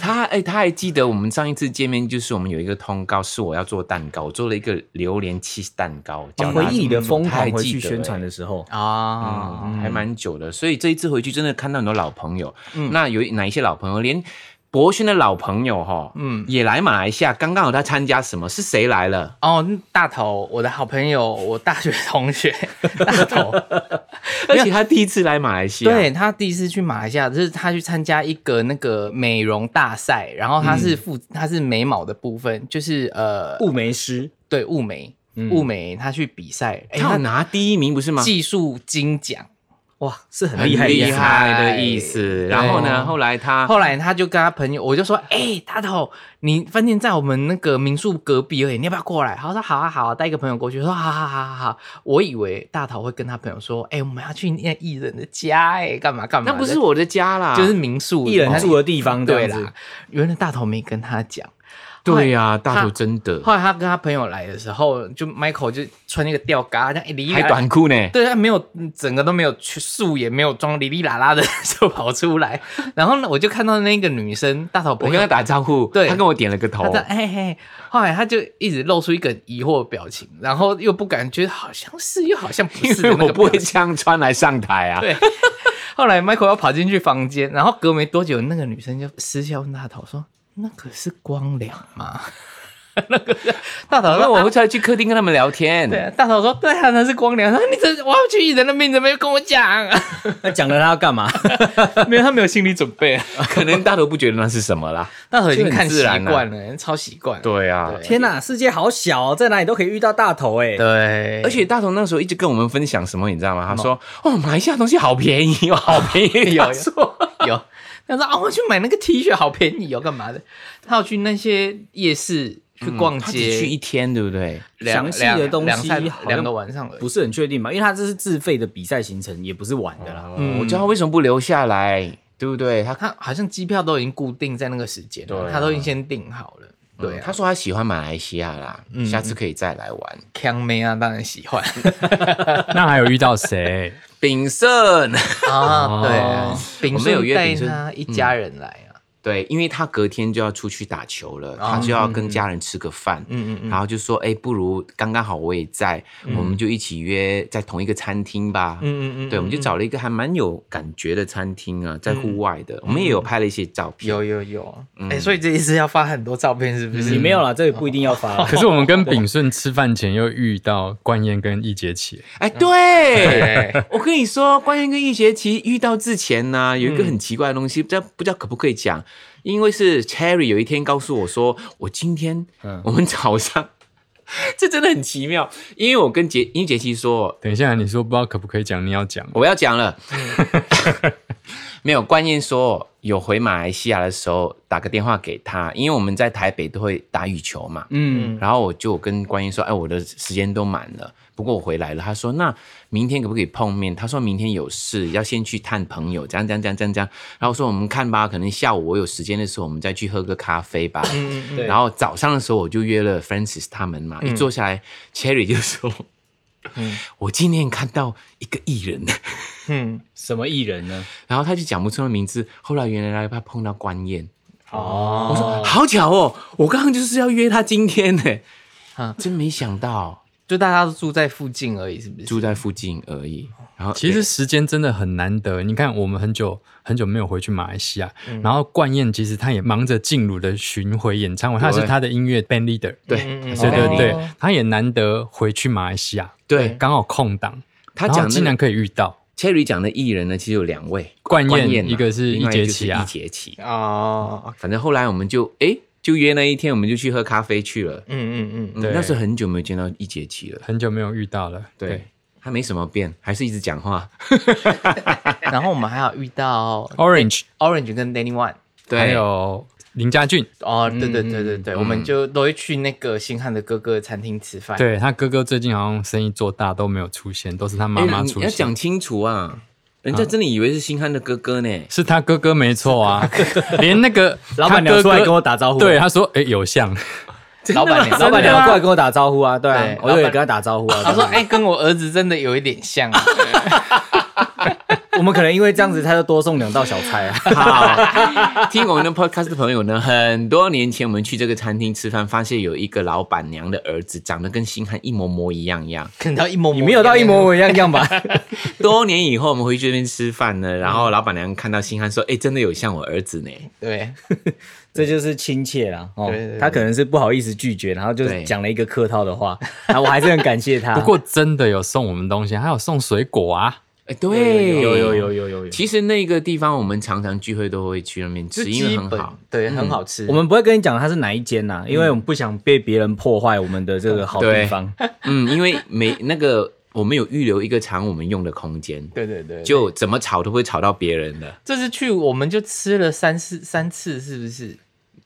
Speaker 3: 他哎、他还记得我们上一次见面，就是我们有一个通告，是我要做蛋糕，我做了一个榴莲 cheese 蛋糕，教
Speaker 2: 哦回
Speaker 3: 大家
Speaker 2: 忆你的
Speaker 3: 怎么
Speaker 2: 疯
Speaker 3: 做他还
Speaker 2: 狂回
Speaker 3: 记得
Speaker 2: 去宣传
Speaker 3: 哎
Speaker 2: 的时候，
Speaker 1: 啊、
Speaker 3: 嗯，还蛮久的。所以这一次回去真的看到很多老朋友，那有哪一些老朋友，连博轩的老朋友哈，嗯
Speaker 1: 嗯，
Speaker 3: 也来马来西亚。刚刚好他参加什么？是谁来了？
Speaker 1: 哦，那大头，我的好朋友，我大学同学 大头，
Speaker 3: 而且他第一次来马来西亚，
Speaker 1: 对他第一次去马来西亚，就是他去参加一个那个美容大赛，然后他是负、他是眉毛的部分，就是呃
Speaker 2: 雾眉师。
Speaker 1: 对雾眉雾眉，他去比赛，哎、
Speaker 3: 他有拿第一名不是吗
Speaker 1: 他？技术金奖，
Speaker 2: 哇，是很
Speaker 3: 很
Speaker 2: 厉害的意思
Speaker 3: 厉害的意思。然后呢，后来他
Speaker 1: 后来他就跟他朋友，我就说，哎、大头，你饭店在我们那个民宿隔壁而已，你要不要过来？他说好啊好啊，带一个朋友过去，我说好好好好好，我以为大头会跟他朋友说，哎、我们要去那艺人的家、哎，干嘛干嘛
Speaker 3: 那
Speaker 1: 的，
Speaker 3: 不是我的家啦，
Speaker 1: 就是民宿，
Speaker 2: 艺人
Speaker 1: 他
Speaker 2: 住的地方这
Speaker 1: 对
Speaker 2: 样子
Speaker 1: 啦。，原来大头没跟他讲。
Speaker 3: 对呀、大头
Speaker 1: 他
Speaker 3: 真的
Speaker 1: 后来他跟他朋友来的时候，就 Michael 就穿那个吊嘎，这样一哎离
Speaker 3: 还短，裤呢。
Speaker 1: 对他没有嗯整个都没有去素也没有装，哩哩啦啦的就跑出来。然后呢，我就看到那个女生大头
Speaker 3: 我
Speaker 1: 朋
Speaker 3: 跟他，
Speaker 1: 友
Speaker 3: 打招呼，
Speaker 1: 对
Speaker 3: 他跟我点了个头
Speaker 1: 她。在嘿嘿，后来他就一直露出一个疑惑的表情，然后又不敢，觉得好像是又好像不
Speaker 3: 因
Speaker 1: 是的
Speaker 3: 为
Speaker 1: 那
Speaker 3: 我
Speaker 1: 个
Speaker 3: 不会
Speaker 1: 表情
Speaker 3: 这样穿来上台啊，
Speaker 1: 对后来 Michael 要跑进去房间，然后隔没多久，那个女生就私下问大头说：“那可是光良吗？”那个是大头
Speaker 3: 那
Speaker 1: 说：“啊
Speaker 3: 我会再去客厅跟他们聊天。
Speaker 1: 对，大嫂说：“对啊，那是光良。”他说：“你这我要去艺人那边，你怎么没跟我 讲、啊
Speaker 2: 那讲了他要干嘛？？”
Speaker 1: 没有，他没有心理准备、啊。
Speaker 3: 可能大头不觉得那是什么啦。
Speaker 1: 大嫂已经看习
Speaker 3: 就很自啊
Speaker 1: 惯了，超习惯。
Speaker 3: 对啊
Speaker 1: 对
Speaker 2: 天哪，世界好小、哦，在哪里都可以遇到大头哎、
Speaker 1: 对，
Speaker 3: 而且大头那时候一直跟我们分享什么，你知道吗？他说：“哦，马来西亚东西好便宜哦， 好便宜。”
Speaker 1: 有
Speaker 3: 他说
Speaker 1: 有他说：“啊，我去买那个 T 恤，好便宜哦，干嘛的？”他要去那些夜市去逛
Speaker 3: 他
Speaker 1: 街，
Speaker 3: 只去一天，对不对？
Speaker 1: 两
Speaker 2: 详细的
Speaker 1: 两
Speaker 2: 东西
Speaker 1: 两三
Speaker 2: 好像
Speaker 1: 两个晚上而已
Speaker 2: 不。是很确定吧？因为他这是自费的比赛行程，也不是玩的啦。
Speaker 1: 嗯
Speaker 3: 我知道他为什么不留下来，对不对？他
Speaker 1: 他好像机票都已经固定在那个时间了，
Speaker 3: 对啊嗯
Speaker 1: 他都已经先订好了。对啊嗯
Speaker 3: 他，说他喜欢马来西亚啦，下次可以再来玩。
Speaker 1: 康妹啊，当然喜欢
Speaker 4: 那还有遇到谁？
Speaker 3: 炳胜，
Speaker 1: 啊。对啊
Speaker 4: 哦，
Speaker 1: 炳
Speaker 3: 我们有
Speaker 1: 顺
Speaker 3: 约
Speaker 1: 带
Speaker 3: 炳顺
Speaker 1: 他一家人来啊，
Speaker 3: 对，因为他隔天就要出去打球
Speaker 1: 哦
Speaker 3: 了，他就
Speaker 1: 嗯
Speaker 3: 要跟家人吃个饭，
Speaker 1: 嗯嗯嗯
Speaker 3: 然后就说，哎，不如刚刚好我也在，我们就一起约在同一个餐厅吧，
Speaker 1: 嗯嗯嗯，嗯
Speaker 3: 对，我们就找了一个还蛮有感觉的餐厅啊，在户外的，我们也有拍了一些照片，
Speaker 1: 有有有，哎，所以这一次要发很多照片是不是？
Speaker 2: 嗯你没有啦，这也不一定要发啦。
Speaker 4: 可是我们跟炳顺吃饭前又遇到冠燕跟易杰奇，
Speaker 3: 哎， 对。
Speaker 1: 对，
Speaker 3: 我跟你说，关于跟易学其实遇到之前呢、有一个
Speaker 1: 嗯
Speaker 3: 很奇怪的东西，不知道不知道可不可以讲，因为是 Cherry 有一天告诉我说，我今天、
Speaker 4: 嗯
Speaker 3: 我们早上， 这真的很奇妙，因为我跟杰因为杰西说
Speaker 4: 等一下你说不知道可不可以讲，你要讲。
Speaker 3: 我要讲了， 没有关键说有回马来西亚的时候打个电话给他，因为我们在台北都会打羽球嘛，
Speaker 2: 嗯，
Speaker 1: 嗯
Speaker 3: 然后我就跟观音说：“哎，我的时间都满了，不过我回来了。”他说：“那明天可不可以碰面？”他说明天有事，要先去探朋友，这样这样这样这样这样。然后我说：“我们看吧，可能下午我有时间的时候，我们再去喝个咖啡吧。”
Speaker 1: 嗯嗯
Speaker 2: 对
Speaker 3: 然后早上的时候我就约了 Francis 他们嘛，一坐下来，Cherry 就说：“我今天看到一个艺人。”
Speaker 1: 嗯，
Speaker 2: 什么艺人呢？
Speaker 3: 然后他就讲不出那名字。后来原来他碰到关燕，
Speaker 2: 哦，
Speaker 3: 好巧哦！我刚刚就是要约他今天呢，
Speaker 1: 啊
Speaker 3: 真没想到。
Speaker 1: 就大家都住在附近而已，是不是？
Speaker 3: 住在附近而已。然后
Speaker 4: 其实时间真的很难得，你看我们很久很久没有回去马来西亚，然后冠燕其实她也忙着进入的巡回演唱会，她是她的音乐 band leader，
Speaker 3: 对
Speaker 1: 嗯嗯
Speaker 4: 对对
Speaker 1: 哦
Speaker 4: 对，她也难得回去马来西亚，
Speaker 3: 对
Speaker 4: 刚好空档，
Speaker 3: 他
Speaker 4: 嗯然
Speaker 3: 讲
Speaker 4: 后竟
Speaker 3: 那
Speaker 4: 然
Speaker 3: 个
Speaker 4: 可以遇到
Speaker 3: Cherry 讲的艺人呢，其实有两位，
Speaker 4: 冠
Speaker 3: 关
Speaker 4: 燕，
Speaker 3: 嘛
Speaker 4: 一个是
Speaker 3: 另
Speaker 4: 一
Speaker 3: 外就
Speaker 4: 节
Speaker 3: 是
Speaker 4: 期
Speaker 3: 一
Speaker 4: 啊，
Speaker 3: 节期。
Speaker 1: 哦，
Speaker 3: 反正后来我们就哎就约那一天，我们就去喝咖啡去了。
Speaker 1: 嗯嗯嗯，
Speaker 3: 嗯
Speaker 4: 对
Speaker 3: 那时候很久没有见到一节期了。
Speaker 4: 很久没有遇到了，
Speaker 3: 对，他没什么变，还是一直讲话。
Speaker 1: 然后我们还有遇到
Speaker 4: ，Orange，
Speaker 1: Orange 跟 Danny One。
Speaker 3: 对，
Speaker 4: 还有林家俊，
Speaker 1: 哦，对对对对对，我们就都会去那个星汉的哥哥的餐厅吃饭。，
Speaker 4: 对他哥哥最近好像生意做大都没有出现，都是他妈
Speaker 3: 哎
Speaker 4: 妈
Speaker 3: 你
Speaker 4: 出
Speaker 3: 你要
Speaker 4: 现
Speaker 3: 讲。清楚啊！人家真的以为是星汉的哥哥呢。
Speaker 4: 是他哥哥没错啊，连那个
Speaker 2: 老板娘
Speaker 4: 他哥
Speaker 2: 出
Speaker 4: 哥
Speaker 2: 来跟我打招呼，啊
Speaker 4: 对，他说：“哎、有像。
Speaker 1: 老板娘，
Speaker 2: 老板娘过来
Speaker 1: 怪，
Speaker 2: 跟我打招呼啊，对啊
Speaker 1: 对，
Speaker 2: 我就也跟他打招呼啊。
Speaker 1: 他说：“
Speaker 2: 对
Speaker 1: 哎，跟我儿子真的有一点像。
Speaker 2: 我们可能因为这样子，他就多送两道小菜 啊。
Speaker 3: 好，听我们的 podcast 的朋友呢，很多年前我们去这个餐厅吃饭，发现有一个老板娘的儿子长得跟星汉一模模一样样。”
Speaker 1: 可能到一模，
Speaker 2: 你没有到一模。一样样 吧？
Speaker 3: 多年以后，我们回去这边吃饭呢，然后老板娘看到星汉说：“哎、真的有像我儿子呢。
Speaker 1: 对，
Speaker 2: 这就是亲切啦。哦
Speaker 1: 对对对，
Speaker 2: 他可能是不好意思拒绝，然后就
Speaker 3: 对
Speaker 2: 是讲了一个客套的 话，然后我还是很感谢他。
Speaker 4: 不过真的有送我们东西，还有送水果啊。”
Speaker 3: 哎，对，
Speaker 2: 有有有。有有有，
Speaker 3: 其实那个地方我们常常聚会都会去那边
Speaker 1: 就
Speaker 3: 吃，因为
Speaker 1: 基
Speaker 3: 很
Speaker 1: 本
Speaker 3: 好。
Speaker 1: 对，很好吃。
Speaker 2: 我们不会跟你讲他是哪一间呐，因为我们不想被别人破坏我们的这个好地 方。
Speaker 3: 嗯，因为每那个我们有预留一个常我们用的空间，
Speaker 1: 对对对，
Speaker 3: 就怎么吵都不会吵到别人的。
Speaker 1: 这次去我们就吃了三四三次，是不是？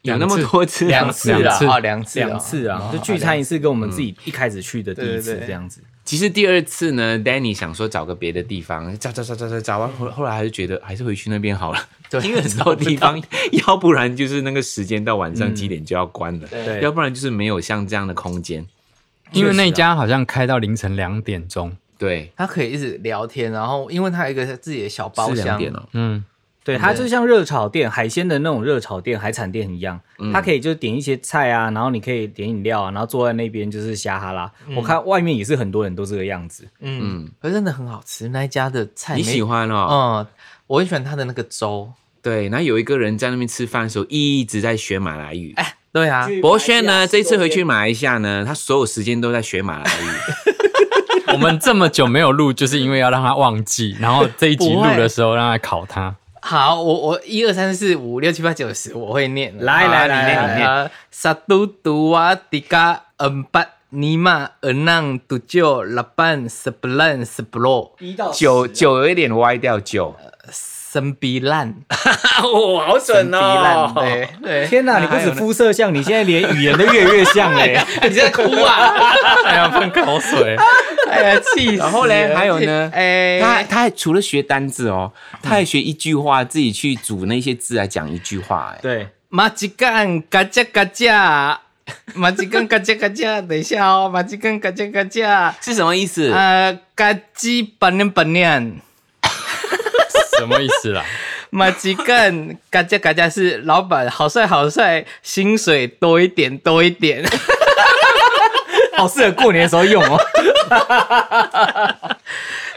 Speaker 3: 有
Speaker 4: 两
Speaker 3: 那么
Speaker 4: 次
Speaker 3: 多次啊，
Speaker 1: 两次
Speaker 4: 两
Speaker 1: 了
Speaker 4: 次
Speaker 1: 啊，两次
Speaker 2: 两次
Speaker 3: 哦
Speaker 2: 啊，就聚餐一次，跟我们自
Speaker 3: 嗯
Speaker 2: 己一开始去的第一
Speaker 1: 对
Speaker 2: 次
Speaker 1: 对对
Speaker 2: 这样子。
Speaker 3: 其实第二次呢，Danny 想说找个别的地方，找找找找找找完，后后来还是觉得还是回去那边好了，
Speaker 1: 对
Speaker 3: 因为很多地方，要不然就是那个时间到晚上七点就要关了，
Speaker 1: 嗯对
Speaker 3: 要不然就是没有像这样的空间。啊
Speaker 4: 因为那家好像开到凌晨两点钟，
Speaker 3: 对，
Speaker 1: 他可以一直聊天，然后因为他有一个自己的小包
Speaker 3: 是两
Speaker 1: 厢，
Speaker 3: 点哦，
Speaker 4: 嗯，
Speaker 2: 对，它就像热炒店、海鲜的那种热炒店、海产店一样，
Speaker 3: 嗯
Speaker 2: 它可以就点一些菜啊，然后你可以点饮料啊，然后坐在那边就是瞎哈拉。
Speaker 3: 嗯
Speaker 2: 我看外面也是很多人都这个样子，
Speaker 1: 嗯，可是真的很好吃，那一家的菜
Speaker 3: 你
Speaker 1: 没
Speaker 3: 喜？欢哦？
Speaker 1: 嗯，我很喜欢他的那个粥。
Speaker 3: 对，然后有一个人在那边吃饭的时候一直在学马来语。
Speaker 1: 哎，对啊，
Speaker 3: 博轩呢，这次回去马来西亚呢，他所有时间都在学马 来语。
Speaker 4: 我们这么久没有录，就是因为要让他忘记，然后这一集录的时候让他考他。
Speaker 1: 好，我我一二三四五六七八九十，我会念了。
Speaker 2: 来
Speaker 1: 好啊
Speaker 2: 来来
Speaker 1: 你念
Speaker 2: 来
Speaker 1: 你念。萨都杜瓦迪嘎恩巴尼玛恩浪杜九拉班斯布兰斯布洛
Speaker 2: 一到
Speaker 3: 九
Speaker 1: 啊
Speaker 3: 九有一点歪掉，九。
Speaker 1: 森比烂
Speaker 3: 哦，好
Speaker 1: 比烂，对
Speaker 3: 哎
Speaker 1: 对。
Speaker 2: 天哪，你不止肤色像，你现在连语言都越来越 像欸嘞、
Speaker 1: 你在哭啊！
Speaker 4: 哎呀，喷口水，
Speaker 1: 哎呀，气死了！
Speaker 3: 然后 嘞，还有呢，
Speaker 1: 哎，
Speaker 3: 他他还嗯除了学单字哦，他还学一句话，自己去组那些字来讲一句话。哎，
Speaker 2: 对，
Speaker 1: 马吉干嘎加嘎加，马吉干嘎加嘎加，等一下哦，马吉干嘎加嘎加，
Speaker 3: 是什么意思？
Speaker 1: 呃，嘎鸡板嫩板嫩，
Speaker 4: 什么意思啦？
Speaker 1: 马吉干 嘎加嘎加是老板好帅好帅，薪水多一点多一点，
Speaker 2: 好适合过年的时候用哦。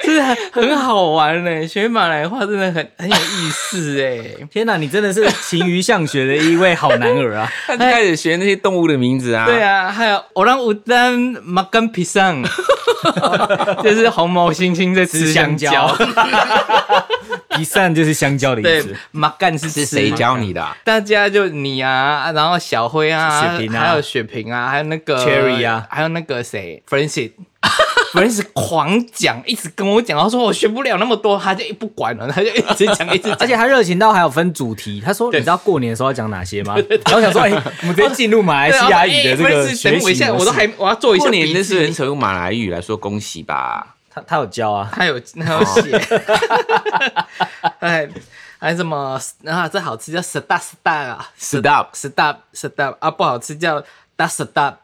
Speaker 1: 真的很好玩呢。学马来话真的很很有意思哎。
Speaker 2: 天哪，你真的是勤于向学的一位好男儿 啊！
Speaker 3: 他就开始学那些动物的名字啊。
Speaker 1: 对 啊，还有欧朗乌丹马根皮 上，就是红毛猩猩在吃香蕉。
Speaker 2: 一散就是香蕉的意
Speaker 1: 对
Speaker 2: 思。，
Speaker 1: 马干是
Speaker 3: 是
Speaker 1: 吃
Speaker 3: 谁教你的啊、
Speaker 1: 大家就你啊，然后小辉啊，
Speaker 2: 雪萍啊
Speaker 1: 还有雪萍啊，还有那个
Speaker 2: Cherry 啊
Speaker 1: 还有那个谁 f r a n c i s f r a n c i s 狂讲，一直跟我讲，他说我学不了那么多，他就不管了，他就一 直讲，一直
Speaker 2: 而
Speaker 1: 讲。
Speaker 2: 且他热情到还有分主题，他说你知道过年的时候要讲哪些吗？然后想说，哎，啊我们直接进入马来西亚语的这个
Speaker 1: 对
Speaker 2: 学
Speaker 1: 然后说哎 Francis，等我
Speaker 2: 习
Speaker 1: 一下，
Speaker 2: 模
Speaker 1: 我都
Speaker 2: 式。
Speaker 1: 还我要做一下
Speaker 3: 过年
Speaker 1: 笔
Speaker 3: 那
Speaker 1: 记
Speaker 3: 是很少用马来语来说恭喜吧？
Speaker 2: 他他有教啊，
Speaker 1: 他有他有写，
Speaker 2: 哦
Speaker 1: 哎，还有什么啊？这好吃叫 stop stop 啊
Speaker 3: Sedap
Speaker 1: stop stop 啊，不好吃叫 da stop。
Speaker 2: 啊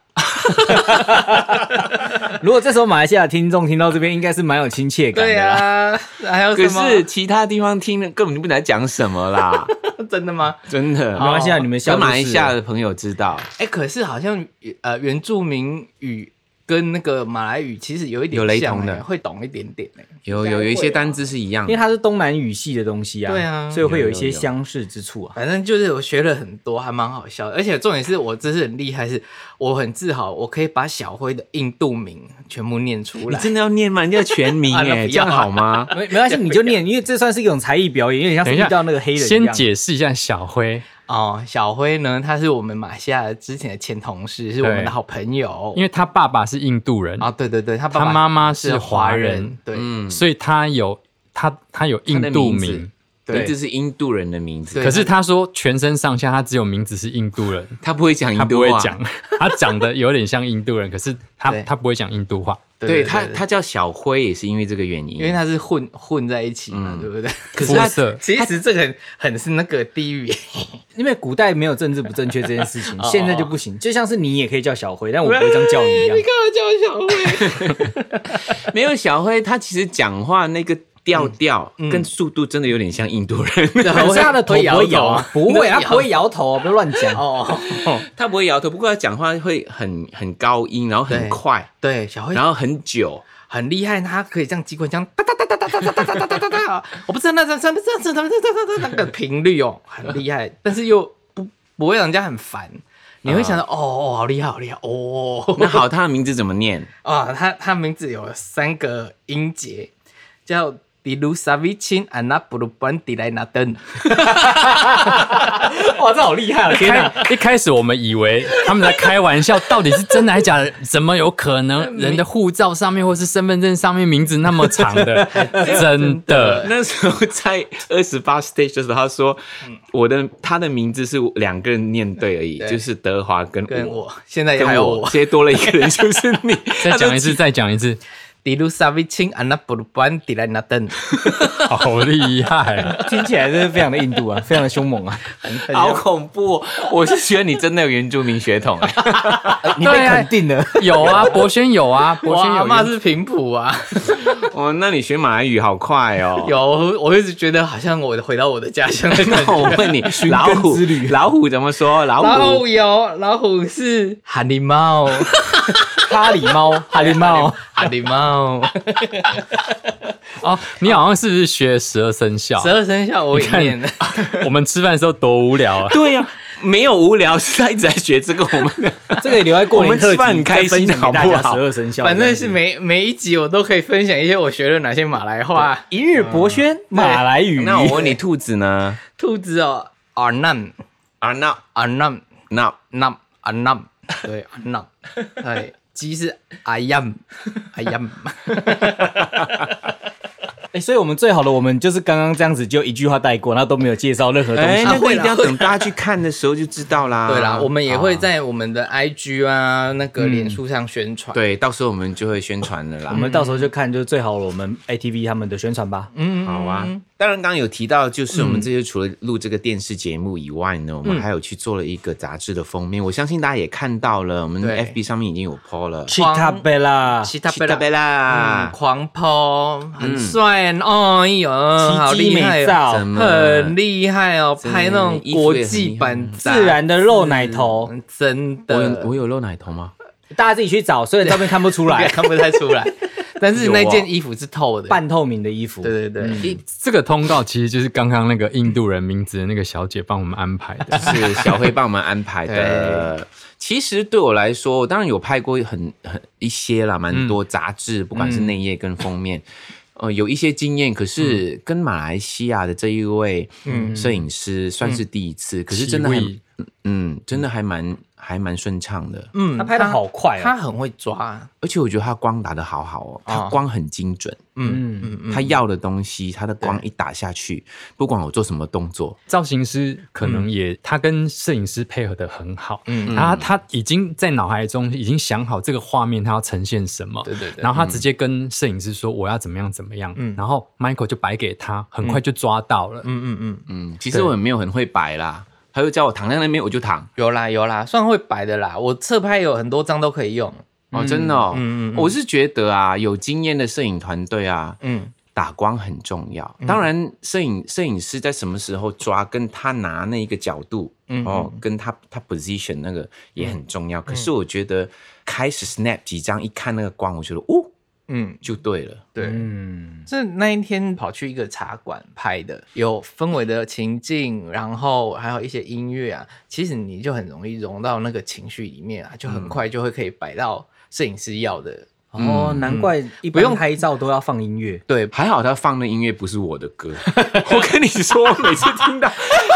Speaker 2: 如果这时候马来西亚听众听到这边，应该是蛮有亲切感
Speaker 1: 对
Speaker 2: 的啦。
Speaker 1: 啊，还有
Speaker 3: 可
Speaker 1: 什么？
Speaker 3: 是其他地方听根本就不知道讲什么 啦，
Speaker 1: 真的吗？
Speaker 3: 真的。
Speaker 2: 没关系啊，你们
Speaker 3: 小
Speaker 2: 笑
Speaker 3: 马来
Speaker 2: 就是
Speaker 3: 西亚的朋友知道，
Speaker 1: 哎、可是好像呃，原住民语跟那个马来语其实有一点
Speaker 3: 有雷
Speaker 1: 像
Speaker 3: 同的
Speaker 1: 欸会懂一点点、欸、
Speaker 3: 有有有一些单字是一样
Speaker 2: 因为
Speaker 3: 的。
Speaker 2: 它是东南语系的东西啊，
Speaker 1: 对啊
Speaker 2: 所以会有一
Speaker 3: 有
Speaker 2: 些
Speaker 3: 有有
Speaker 2: 相似之处啊。
Speaker 1: 反正就是我学了很多，还蛮好笑的。而且重点是我真是很厉害，是我很自豪，我可以把小辉的印度名全部念出
Speaker 3: 你
Speaker 1: 来。
Speaker 3: 真的要念吗？人家全 名
Speaker 1: 啊那
Speaker 3: 哎，
Speaker 1: 不
Speaker 3: 这
Speaker 1: 要啊
Speaker 3: 样好吗？
Speaker 2: 没没关系，你就 念，因为这算是一种才艺表演，有点像
Speaker 4: 等
Speaker 2: 是
Speaker 4: 一
Speaker 2: 遇
Speaker 4: 下，
Speaker 2: 到那个黑人一
Speaker 4: 先
Speaker 2: 样。
Speaker 4: 解释一下小灰，
Speaker 1: 哦，小辉呢，他是我们马来西亚之前的前同事，是我们的好朋友。
Speaker 4: 因为他爸爸是印度人，
Speaker 1: 哦啊，对对对，他爸
Speaker 4: 他
Speaker 1: 爸
Speaker 4: 妈妈是
Speaker 1: 是华
Speaker 4: 华
Speaker 1: 人，
Speaker 4: 人
Speaker 1: 对、
Speaker 3: 嗯，
Speaker 4: 所以他有他他有印度
Speaker 3: 他的名字
Speaker 4: 名，
Speaker 1: 对
Speaker 3: 名字是印度人的名字，
Speaker 1: 对
Speaker 4: 可是他说全身上下他只有名字是印度人，
Speaker 3: 他不会讲
Speaker 4: 他
Speaker 3: 印
Speaker 4: 不
Speaker 3: 度
Speaker 4: 会
Speaker 3: 话。
Speaker 4: 讲，他长得有点像印度人，可是他
Speaker 1: 对
Speaker 4: 他不会讲印度话。
Speaker 3: 对
Speaker 1: 对
Speaker 3: 他，
Speaker 1: 对
Speaker 3: 他叫小辉也是因为这个原因，
Speaker 1: 因为他是混混在一起嘛，对不对？ 可
Speaker 4: 是
Speaker 1: 他
Speaker 4: 肤色
Speaker 1: 其实这个很很是那个地域，
Speaker 2: 因为古代没有政治不正确这件事情，
Speaker 1: 哦
Speaker 2: 现在就不行。就像是你也可以叫小辉，但我不会这样叫你一样。
Speaker 1: 干嘛叫我小慧？
Speaker 3: 没有小辉，他其实讲话那个调调跟速度真的有点像印度人，
Speaker 2: 可是他的头不会摇啊，不会，他不
Speaker 1: 会
Speaker 2: 会摇头啊，不要乱讲。
Speaker 1: 哦。
Speaker 3: 他不会摇头，不过他讲话会很很高音，然后很
Speaker 1: 对哎
Speaker 3: 快，
Speaker 1: 对，小慧
Speaker 3: 然后很久。
Speaker 1: 很厉害，她可以这样机关枪哒哒哒哒哒哒哒哒哒哒哒哒，我不知道那那那那那那那那那个频率哦，很厉害，但是又不不会让人家很烦。你会想到哦哦，好厉害，好厉害
Speaker 3: 那
Speaker 1: 哦
Speaker 3: 好，他的名字怎么念？
Speaker 1: 啊！他他名字有三个音节，叫 Dilu Savichin Anna b u r b a n d i l a n a d e n
Speaker 2: 哇，这好厉害啊！天哪！
Speaker 4: 开一开始我们以为他们在开玩笑，到底是真的还是假的？怎么有可能人的护照上面或是身份证上面名字那么长的？真的，
Speaker 3: 呃那时候在二十八 stage 的时候，他说我的他的名字是两个人念对而已，就是德华跟
Speaker 1: 跟
Speaker 3: 我。
Speaker 1: 我现在也
Speaker 3: 跟
Speaker 1: 还有
Speaker 3: 我，
Speaker 1: 我
Speaker 3: 现在多了一个人就是你。
Speaker 4: 再讲一
Speaker 3: 他
Speaker 4: 次，
Speaker 3: 都
Speaker 4: 再讲一次，
Speaker 1: Dilu Savichin Anna b u r b a n d i l a n a d e n
Speaker 4: 好厉害！啊
Speaker 2: 听起来真是非常的印度啊，非常的凶猛啊！
Speaker 3: 记，好恐怖哦、我是觉得你真的有原住民血统、哎
Speaker 2: 你被肯定了，
Speaker 4: 有啊，博轩有啊， 博
Speaker 1: 我
Speaker 4: 轩有
Speaker 1: 阿妈
Speaker 4: 原。
Speaker 1: 是平埔啊，
Speaker 3: 哦，那你学马来语好快哦。
Speaker 1: 有我一直觉得好像我回到我的家乡的感
Speaker 3: 那我
Speaker 1: 觉。
Speaker 3: 问 你，老虎
Speaker 2: 之旅
Speaker 3: 老虎怎么说？ 老
Speaker 1: 老
Speaker 3: 虎
Speaker 1: 虎有老虎是 哈狸猫，
Speaker 2: 哈里猫，哈里猫，
Speaker 1: 哈狸猫，
Speaker 4: 哦，你好像是不是学十二生肖
Speaker 1: 十？二生肖我也念了。
Speaker 4: 我们吃饭的时候多无聊啊！
Speaker 3: 对呀、没有无聊，是他一直在学这个。我 们
Speaker 2: 这个也留在过年特
Speaker 3: 我们吃饭
Speaker 2: 辑
Speaker 3: 很开心
Speaker 2: 再分享给大
Speaker 3: 好不
Speaker 2: 家
Speaker 3: 好
Speaker 2: 十二生肖，
Speaker 1: 反正是每每一集我都可以分享一些我学了哪些马来话。
Speaker 2: 一日博轩嗯马来语。
Speaker 3: 那我问你，兔子呢？
Speaker 1: 兔子哦，阿南
Speaker 3: 啊，那
Speaker 1: 阿南
Speaker 3: 那
Speaker 1: 南阿南，对阿南，对鸡是阿样阿样，
Speaker 2: 哎，所以我们最好的我们就是刚刚这样子，就一句话带过，然后都没有介绍任何东
Speaker 3: 哎，
Speaker 2: 西。
Speaker 3: 那个
Speaker 1: 会
Speaker 3: 一
Speaker 1: 啦
Speaker 3: 定要等大家去看的时候就知道啦。
Speaker 1: 对啦，我们也
Speaker 3: 啊
Speaker 1: 会在我们的 IG 啊那个脸书上宣传。
Speaker 3: 对，到时候我们就会宣传的啦
Speaker 2: 我。们到时候就看，就是最好了我们 ATV 他们的宣传吧。
Speaker 1: 嗯，嗯
Speaker 3: 好啊，当然，刚刚有提到，就是我们这些除了录这个电视节目以外
Speaker 1: 嗯
Speaker 3: 呢，我们还有去做了一个杂志的封面。我相信大家也看到了，我们
Speaker 1: 对
Speaker 3: FB 上面已经有 po 了。
Speaker 2: 奇塔贝拉，
Speaker 1: 其他贝
Speaker 3: 贝
Speaker 1: 拉
Speaker 2: 啊
Speaker 3: 啦，
Speaker 1: 狂抛，很帅哦，哎呦，好
Speaker 2: 嗯奇迹
Speaker 1: 厉害
Speaker 2: 美
Speaker 1: 哦，
Speaker 2: 照
Speaker 3: 怎，么
Speaker 1: 很厉害哦，拍那种
Speaker 3: 对
Speaker 1: 国际版杂志
Speaker 2: 自然的露奶头，
Speaker 1: 嗯真
Speaker 3: 我有
Speaker 1: 的
Speaker 3: 我有露奶头吗？
Speaker 2: 大家自己去找，所以照片看不出 来，
Speaker 1: 看不太出来，但是
Speaker 3: 有
Speaker 1: 那
Speaker 3: 哦
Speaker 1: 件衣服是透的，
Speaker 2: 啊半嗯透明的衣服。
Speaker 1: 对对对，一
Speaker 4: 这个通告其实就是刚刚那个印度人名字的那个小姐帮我们安排的。
Speaker 3: 是小黑帮我们安排 的。其实对我来说，我当然有拍过很很一些
Speaker 1: 嗯
Speaker 3: 啦，蛮多杂志，不管是内页跟封面。
Speaker 1: 嗯
Speaker 3: 呃，有一些经验，可是跟马来西亚的这一位
Speaker 1: 嗯
Speaker 3: 摄影师算是第一次，可是真的还
Speaker 4: 奇异
Speaker 3: 嗯，真的还蛮还蛮顺畅的，
Speaker 1: 嗯
Speaker 2: 他拍的好快
Speaker 1: 他
Speaker 2: 啊！
Speaker 1: 很会抓，
Speaker 3: 而且我觉得他光打的好好哦，
Speaker 1: 啊
Speaker 3: 他光很精准，
Speaker 1: 嗯嗯嗯，
Speaker 3: 他要的东西，他的光一打下去，不管我做什么动作，
Speaker 4: 造型师可能也，他跟摄影师配合的很好，
Speaker 1: 嗯
Speaker 4: 嗯，他他已经在脑海中已经想好这个画面他要呈现什么，
Speaker 1: 对对对，
Speaker 4: 然后他直接跟摄影师说我要怎么样怎么样，
Speaker 1: 嗯
Speaker 4: 然后 Michael 就摆给他，很快就抓到了。
Speaker 1: 嗯嗯嗯，
Speaker 3: 嗯，其实我也没有很会摆啦，他就叫我躺在那边，我就躺，
Speaker 1: 有啦有啦，算会摆的啦，我侧拍有很多张都可以用，
Speaker 3: 哦，真的、哦，
Speaker 1: 嗯嗯嗯
Speaker 3: 我是觉得啊，有经验的摄影团队啊，
Speaker 1: 嗯
Speaker 3: 打光很重要。当然，摄影摄影师在什么时候抓，跟他拿那一个角度，
Speaker 1: 嗯
Speaker 3: 哦，跟他他 position 那个也很重要。可是我觉得开始 snap 几张，一看那个光，我觉得哦，
Speaker 1: 嗯，
Speaker 3: 就对了。
Speaker 1: 对。
Speaker 2: 嗯，
Speaker 1: 是那一天跑去一个茶馆拍的，有氛围的情境，然后还有一些音乐啊，其实你就很容易融到那个情绪里面啊，就很快就会可以摆到摄影师要的。
Speaker 2: 哦，难怪一
Speaker 1: 不用
Speaker 2: 般拍照都要放音乐。
Speaker 1: 对，
Speaker 3: 还好他放的音乐不是我的 歌， 我跟你说，我每次听到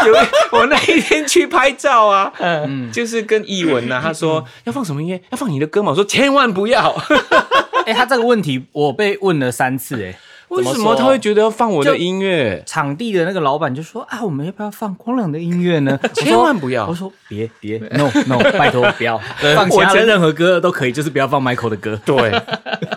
Speaker 3: 有我那一天去拍照啊，嗯，就是跟艺文啊，他
Speaker 1: 嗯
Speaker 3: 说要放什么音乐，要放你的歌嘛，我说千万不要，
Speaker 2: 哎，他这个问题我被问了三次，哎，
Speaker 3: 为什
Speaker 2: 怎
Speaker 3: 么
Speaker 2: 说
Speaker 3: 他会觉得要放我的音乐？
Speaker 2: 场地的那个老板就说啊，我们要不要放光良的音乐 呢？我说
Speaker 3: 千万不要
Speaker 2: 我说别别，no no，拜托不要，放其他的任何歌都可以，就是不要放 Michael 的歌。
Speaker 3: 对，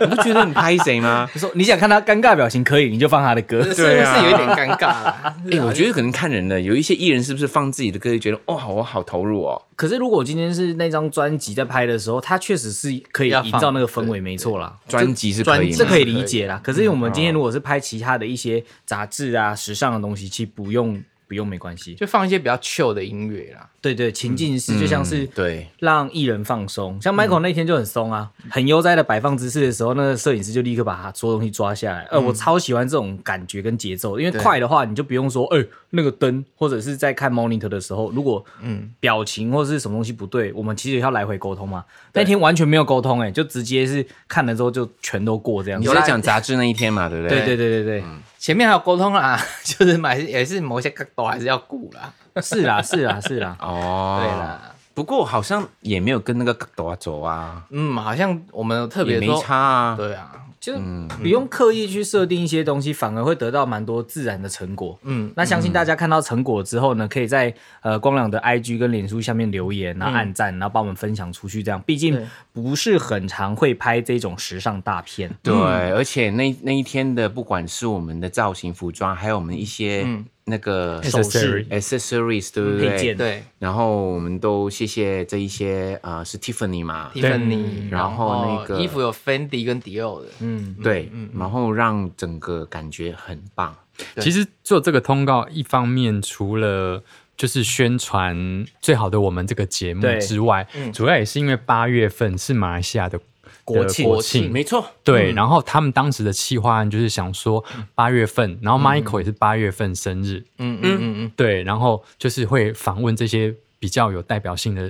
Speaker 3: 你不觉得很拍谁 吗？
Speaker 2: 他说你想看他尴尬表情可以，你就放他的 歌。
Speaker 1: 是不是有一点尴尬啦？
Speaker 3: 哎、我觉得可能看人的，有一些艺人是不是放自己的歌就觉得哇，我好投入哦。
Speaker 2: 可是如果今天是那张专辑在拍的时候，它确实是可以
Speaker 1: 要
Speaker 2: 营
Speaker 1: 放
Speaker 2: 造那个氛围，没错啦，
Speaker 3: 专辑是可以
Speaker 2: 这
Speaker 3: 吗？
Speaker 2: 可以理解啦。可是我们今天如果是拍其他的一些杂志啊、时尚的东西，其实不用不用没关系。
Speaker 1: 就放一些比较 chill 的音乐啦。
Speaker 2: 对对，情境是就像是
Speaker 3: 嗯对，
Speaker 2: 让艺人放松，像 Michael 那天就很松啊，很悠哉的摆放姿势的时候，那个摄影师就立刻把他所有东西抓下来。呃，我超喜欢这种感觉跟节奏，因为快的话你就不用说，哎、那个灯或者是在看 monitor 的时候，如果嗯表情或者是什么东西不对，我们其实要来回沟通嘛。那天完全没有沟通、哎，就直接是看了之后就全都过这样
Speaker 3: 你
Speaker 2: 子
Speaker 3: 是。在讲杂志那一天嘛，对不对？，
Speaker 2: 对对对对对，
Speaker 1: 前面还有沟通啦，就是买也是某些角度还是要顾啦。
Speaker 2: 是啦是啦是啦
Speaker 3: 哦，
Speaker 1: 对。啦，
Speaker 3: 不过好像也没有跟那个格朵走啊，
Speaker 1: 嗯，好像我们有特
Speaker 3: 也
Speaker 1: 别
Speaker 3: 没
Speaker 1: 说，
Speaker 3: 差啊。
Speaker 1: 对啊，
Speaker 2: 就是不用刻意去设定一些东西，反而会得到蛮多自然的成果。
Speaker 1: 嗯，
Speaker 2: 那相信大家看到成果之后呢，可以在呃光良的 IG 跟脸书下面留言，然后按赞，然后帮我们分享出去。这样，毕竟
Speaker 1: 对
Speaker 2: 不是很常会拍这种时尚大片。
Speaker 3: 对，
Speaker 1: 嗯
Speaker 3: 而且那那一天的，不管是我们的造型、服装，还有我们一些
Speaker 1: 嗯
Speaker 3: 那个
Speaker 2: 首饰
Speaker 4: Accessory
Speaker 3: accessories，对不
Speaker 2: 配
Speaker 3: 对？
Speaker 2: 件
Speaker 1: 对，
Speaker 3: 然后我们都谢谢这一些呃，是 Tiffany 嘛，
Speaker 1: 蒂芬尼，
Speaker 3: 然后那个
Speaker 1: 哦衣服有 Fendi 跟 Dior 的，
Speaker 2: 嗯，
Speaker 3: 对，然后让整个感觉很 棒。
Speaker 1: 对
Speaker 4: 其实做这个通告，一方面除了就是宣传《最好的我们》这个节目
Speaker 2: 对
Speaker 4: 之外，主要也是因为八月份是马来西亚的
Speaker 2: 国
Speaker 4: 的
Speaker 2: 庆
Speaker 4: 国庆，
Speaker 3: 没错，
Speaker 1: 嗯
Speaker 4: 对，然后他们当时的企划案就是想说八月份，然后 Michael 也是八月份生日，
Speaker 1: 嗯嗯嗯嗯
Speaker 4: 对，然后就是会访问这些比较有代表性的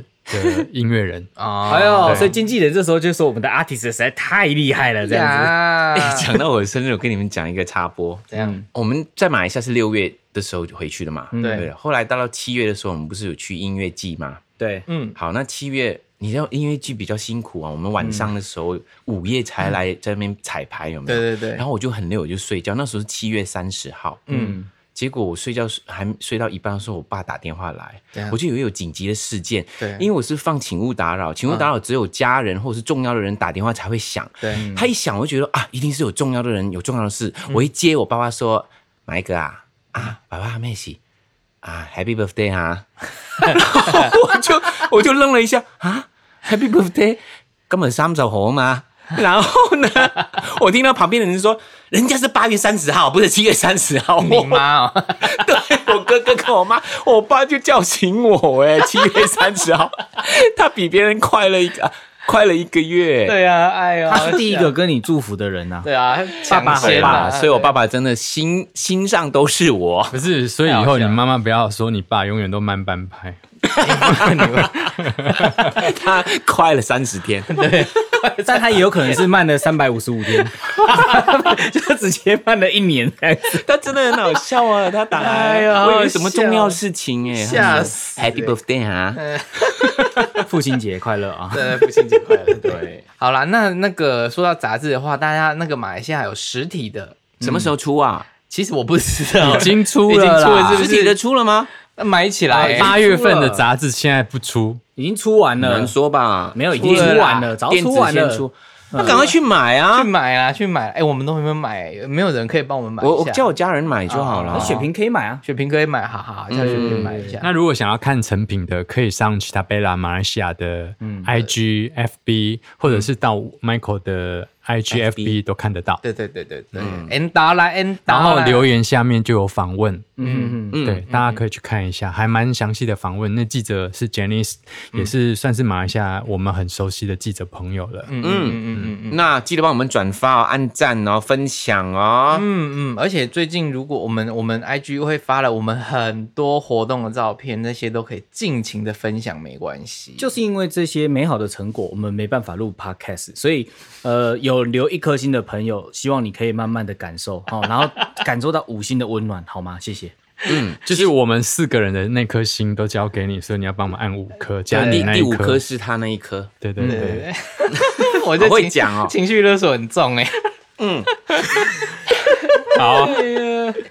Speaker 4: 的音乐人。
Speaker 1: 啊
Speaker 2: 哎呦，
Speaker 4: 对
Speaker 2: 所以经纪人这时候就说我们的 artist 实在太厉害了，这样子。
Speaker 1: 呀
Speaker 3: 哎讲到我的生日，我跟你们讲一个插播。
Speaker 1: 哎 这样，
Speaker 3: 我们在马来西亚是六月的时候就回去的嘛，
Speaker 1: 对
Speaker 3: 嗯对。后来到了七月的时候，我们不是有去音乐季嘛？
Speaker 2: 对，
Speaker 1: 嗯，
Speaker 3: 好，那七月你知道音乐季比较辛苦啊，我们晚上的时候午夜才来在那边彩排，有没有？
Speaker 1: 嗯对对对
Speaker 3: 然后我就很累，我就睡觉。那时候是七月三十号，嗯。结果我睡觉还睡到一半的时候，我爸打电话来
Speaker 1: 对啊，
Speaker 3: 我就以为有紧急的事件，
Speaker 1: 对嗯
Speaker 3: 因为我是放请勿打扰，请勿打扰只有家人或者是重要的人打电话才会响，
Speaker 1: 对
Speaker 3: 嗯他一响我就觉得啊，一定是有重要的人有重要的事，我一接我爸爸说，哪一个啊？啊，爸爸妹喜啊，Happy Birthday 啊，然后 我就我就愣了一下啊，Happy Birthday，根本三十号啊嘛。然后 呢，我听到旁边的人说，人家是八月三十号，不是七月三十号。
Speaker 1: 你妈哦，
Speaker 3: 对我哥哥跟我妈，我爸就叫醒我哎，七月三十号， 他比别人快了一个，快了一个月。
Speaker 1: 对啊，哎呦，
Speaker 2: 他 是第一个跟你祝福的人呐、
Speaker 1: 对啊，
Speaker 3: 爸爸
Speaker 1: 抢先啊
Speaker 3: 很
Speaker 1: 嘛
Speaker 3: 棒，所以我爸爸真的心心上都是 我。
Speaker 4: 不是，所以以
Speaker 1: 太好
Speaker 4: 后你
Speaker 1: 笑了
Speaker 4: 妈妈不要说你爸永远都慢半拍，
Speaker 3: 他快了三十天，
Speaker 2: 但他也有可能是慢了三百五十五天， 就直接慢了一年这样子。
Speaker 3: 他真的很好笑啊！他打来，
Speaker 1: 哎呀
Speaker 3: 我以为什么重要的事情哎，
Speaker 1: 吓死
Speaker 3: 他说！Happy birthday 啊！
Speaker 2: 父亲节快乐啊！
Speaker 1: 对，父亲节快乐。对，好啦，那那个说到杂志的话，大家那个马来西亚有实体的，
Speaker 3: 什么时候出啊？
Speaker 1: 其实我不知道，
Speaker 4: 已经出
Speaker 1: 已经
Speaker 4: 了
Speaker 1: 出
Speaker 4: 啦
Speaker 1: 了，是不
Speaker 3: 实体的
Speaker 1: 是？
Speaker 3: 出了吗？
Speaker 1: 买起来，
Speaker 4: 啊
Speaker 1: 欸
Speaker 4: 八月份的杂志现在不出，
Speaker 2: 已经出完
Speaker 3: 很
Speaker 2: 了
Speaker 3: 难，说吧，
Speaker 2: 呃没有已
Speaker 1: 经
Speaker 2: 经
Speaker 1: 出
Speaker 2: 出
Speaker 1: 完
Speaker 2: 完
Speaker 1: 了
Speaker 2: 了，早
Speaker 3: 电子
Speaker 2: 出完
Speaker 3: 先
Speaker 2: 了。嗯
Speaker 3: 出，那赶快去买
Speaker 1: 去
Speaker 3: 啊！
Speaker 1: 买啦，去买啦！哎，我们都没有买，没有人可以帮我们买一下。
Speaker 3: 我我叫我家人买就好
Speaker 1: 啊
Speaker 3: 了。
Speaker 2: 雪瓶可以买啊，
Speaker 1: 雪萍可以买，哈哈，叫雪萍买一下。
Speaker 4: 那如果想要看成品的，可以上去他贝拉马来西亚的
Speaker 1: 嗯
Speaker 4: IG、FB，或者是到 Michael 的 IG、FB 都看得到。
Speaker 1: 对对对对对，N 达啦，N 达
Speaker 4: 然
Speaker 1: 啦，
Speaker 4: 后留言下面就有访问，
Speaker 2: 嗯嗯嗯，
Speaker 4: 对，大家可以去看一下，还蛮详细的访问。那记者是 Jenny，也是算是马来西亚我们很熟悉的记者朋友了。
Speaker 1: 嗯嗯嗯嗯嗯
Speaker 3: 那记得帮我们转发、哦、按赞哦、分享哦。
Speaker 1: 嗯嗯，而且最近如果我们我们 IG 会发了我们很多活动的照片，那些都可以尽情的分享，没关系。
Speaker 2: 就是因为这些美好的成果，我们没办法录 podcast，所以呃，有留一颗心的朋友，希望你可以慢慢的感受哦，然后感受到五星的温暖，好吗？谢谢。
Speaker 4: 就是我们四个人的那颗心都交给你，所以你要帮我们按五颗，加
Speaker 3: 第
Speaker 4: 你那
Speaker 3: 第
Speaker 4: 一
Speaker 3: 五颗
Speaker 4: 颗。
Speaker 3: 是他那一颗，
Speaker 4: 对对
Speaker 1: 对
Speaker 4: 对，
Speaker 1: 对对，我就
Speaker 3: 好会
Speaker 1: 情
Speaker 3: 讲哦
Speaker 1: 情绪勒索很重哎、欸。
Speaker 4: 好，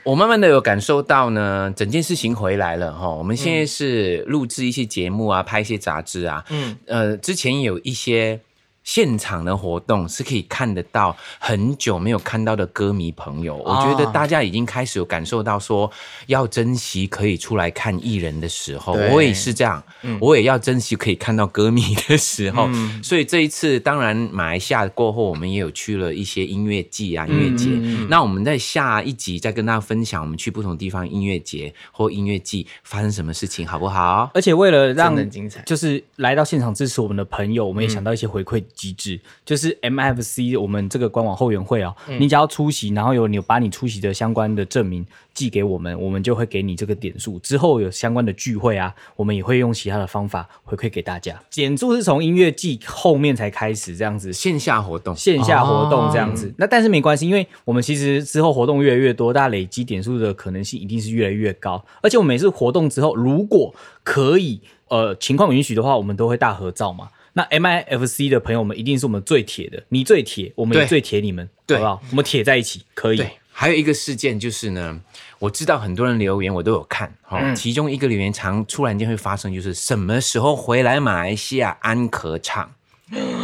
Speaker 3: 我慢慢的有感受到呢，整件事情回来了哈。我们现在是录制一些节目啊，拍一些杂志啊，
Speaker 1: 嗯，
Speaker 3: 呃，之前有一些现场的活动是可以看得到很久没有看到的歌迷朋友，
Speaker 1: 啊
Speaker 3: 我觉得大家已经开始有感受到说要珍惜可以出来看艺人的时候，
Speaker 1: 对嗯
Speaker 3: 我也是这样，我也要珍惜可以看到歌迷的时候。所以这一次，当然马来西亚过后，我们也有去了一些音乐季啊、音乐节。
Speaker 1: 嗯
Speaker 3: 那我们在下一集再跟大家分享我们去不同地方音乐节或音乐季发生什么事情，好不好？
Speaker 2: 而且为了让
Speaker 1: 真的很精彩嗯
Speaker 2: 就是来到现场支持我们的朋友，我们也想到一些回馈机制，就是 MFC 我们这个官网后援会啊、
Speaker 1: 嗯
Speaker 2: 你只要出席，然后有你有把你出席的相关的证明寄给我们，我们就会给你这个点数。之后有相关的聚会啊，我们也会用其他的方法回馈给大家。点数是从音乐季后面才开始这样子。
Speaker 3: 线下活动。
Speaker 2: 线下活动这样子，那但是没关系，因为我们其实之后活动越来越多，大家累积点数的可能性一定是越来越高。而且我们每次活动之后，如果可以，呃，情况允许的话，我们都会大合照嘛。那 MIFC 的朋友们一定是我们最铁的，你最铁，我们也
Speaker 3: 对
Speaker 2: 最铁你们，
Speaker 3: 对
Speaker 2: 好不好？我们铁在一起，可以。
Speaker 3: 对，还有一个事件就是呢，我知道很多人留言我都有看哈、其中一个留言常突然间会发生，就是什么时候回来马来西亚安可场？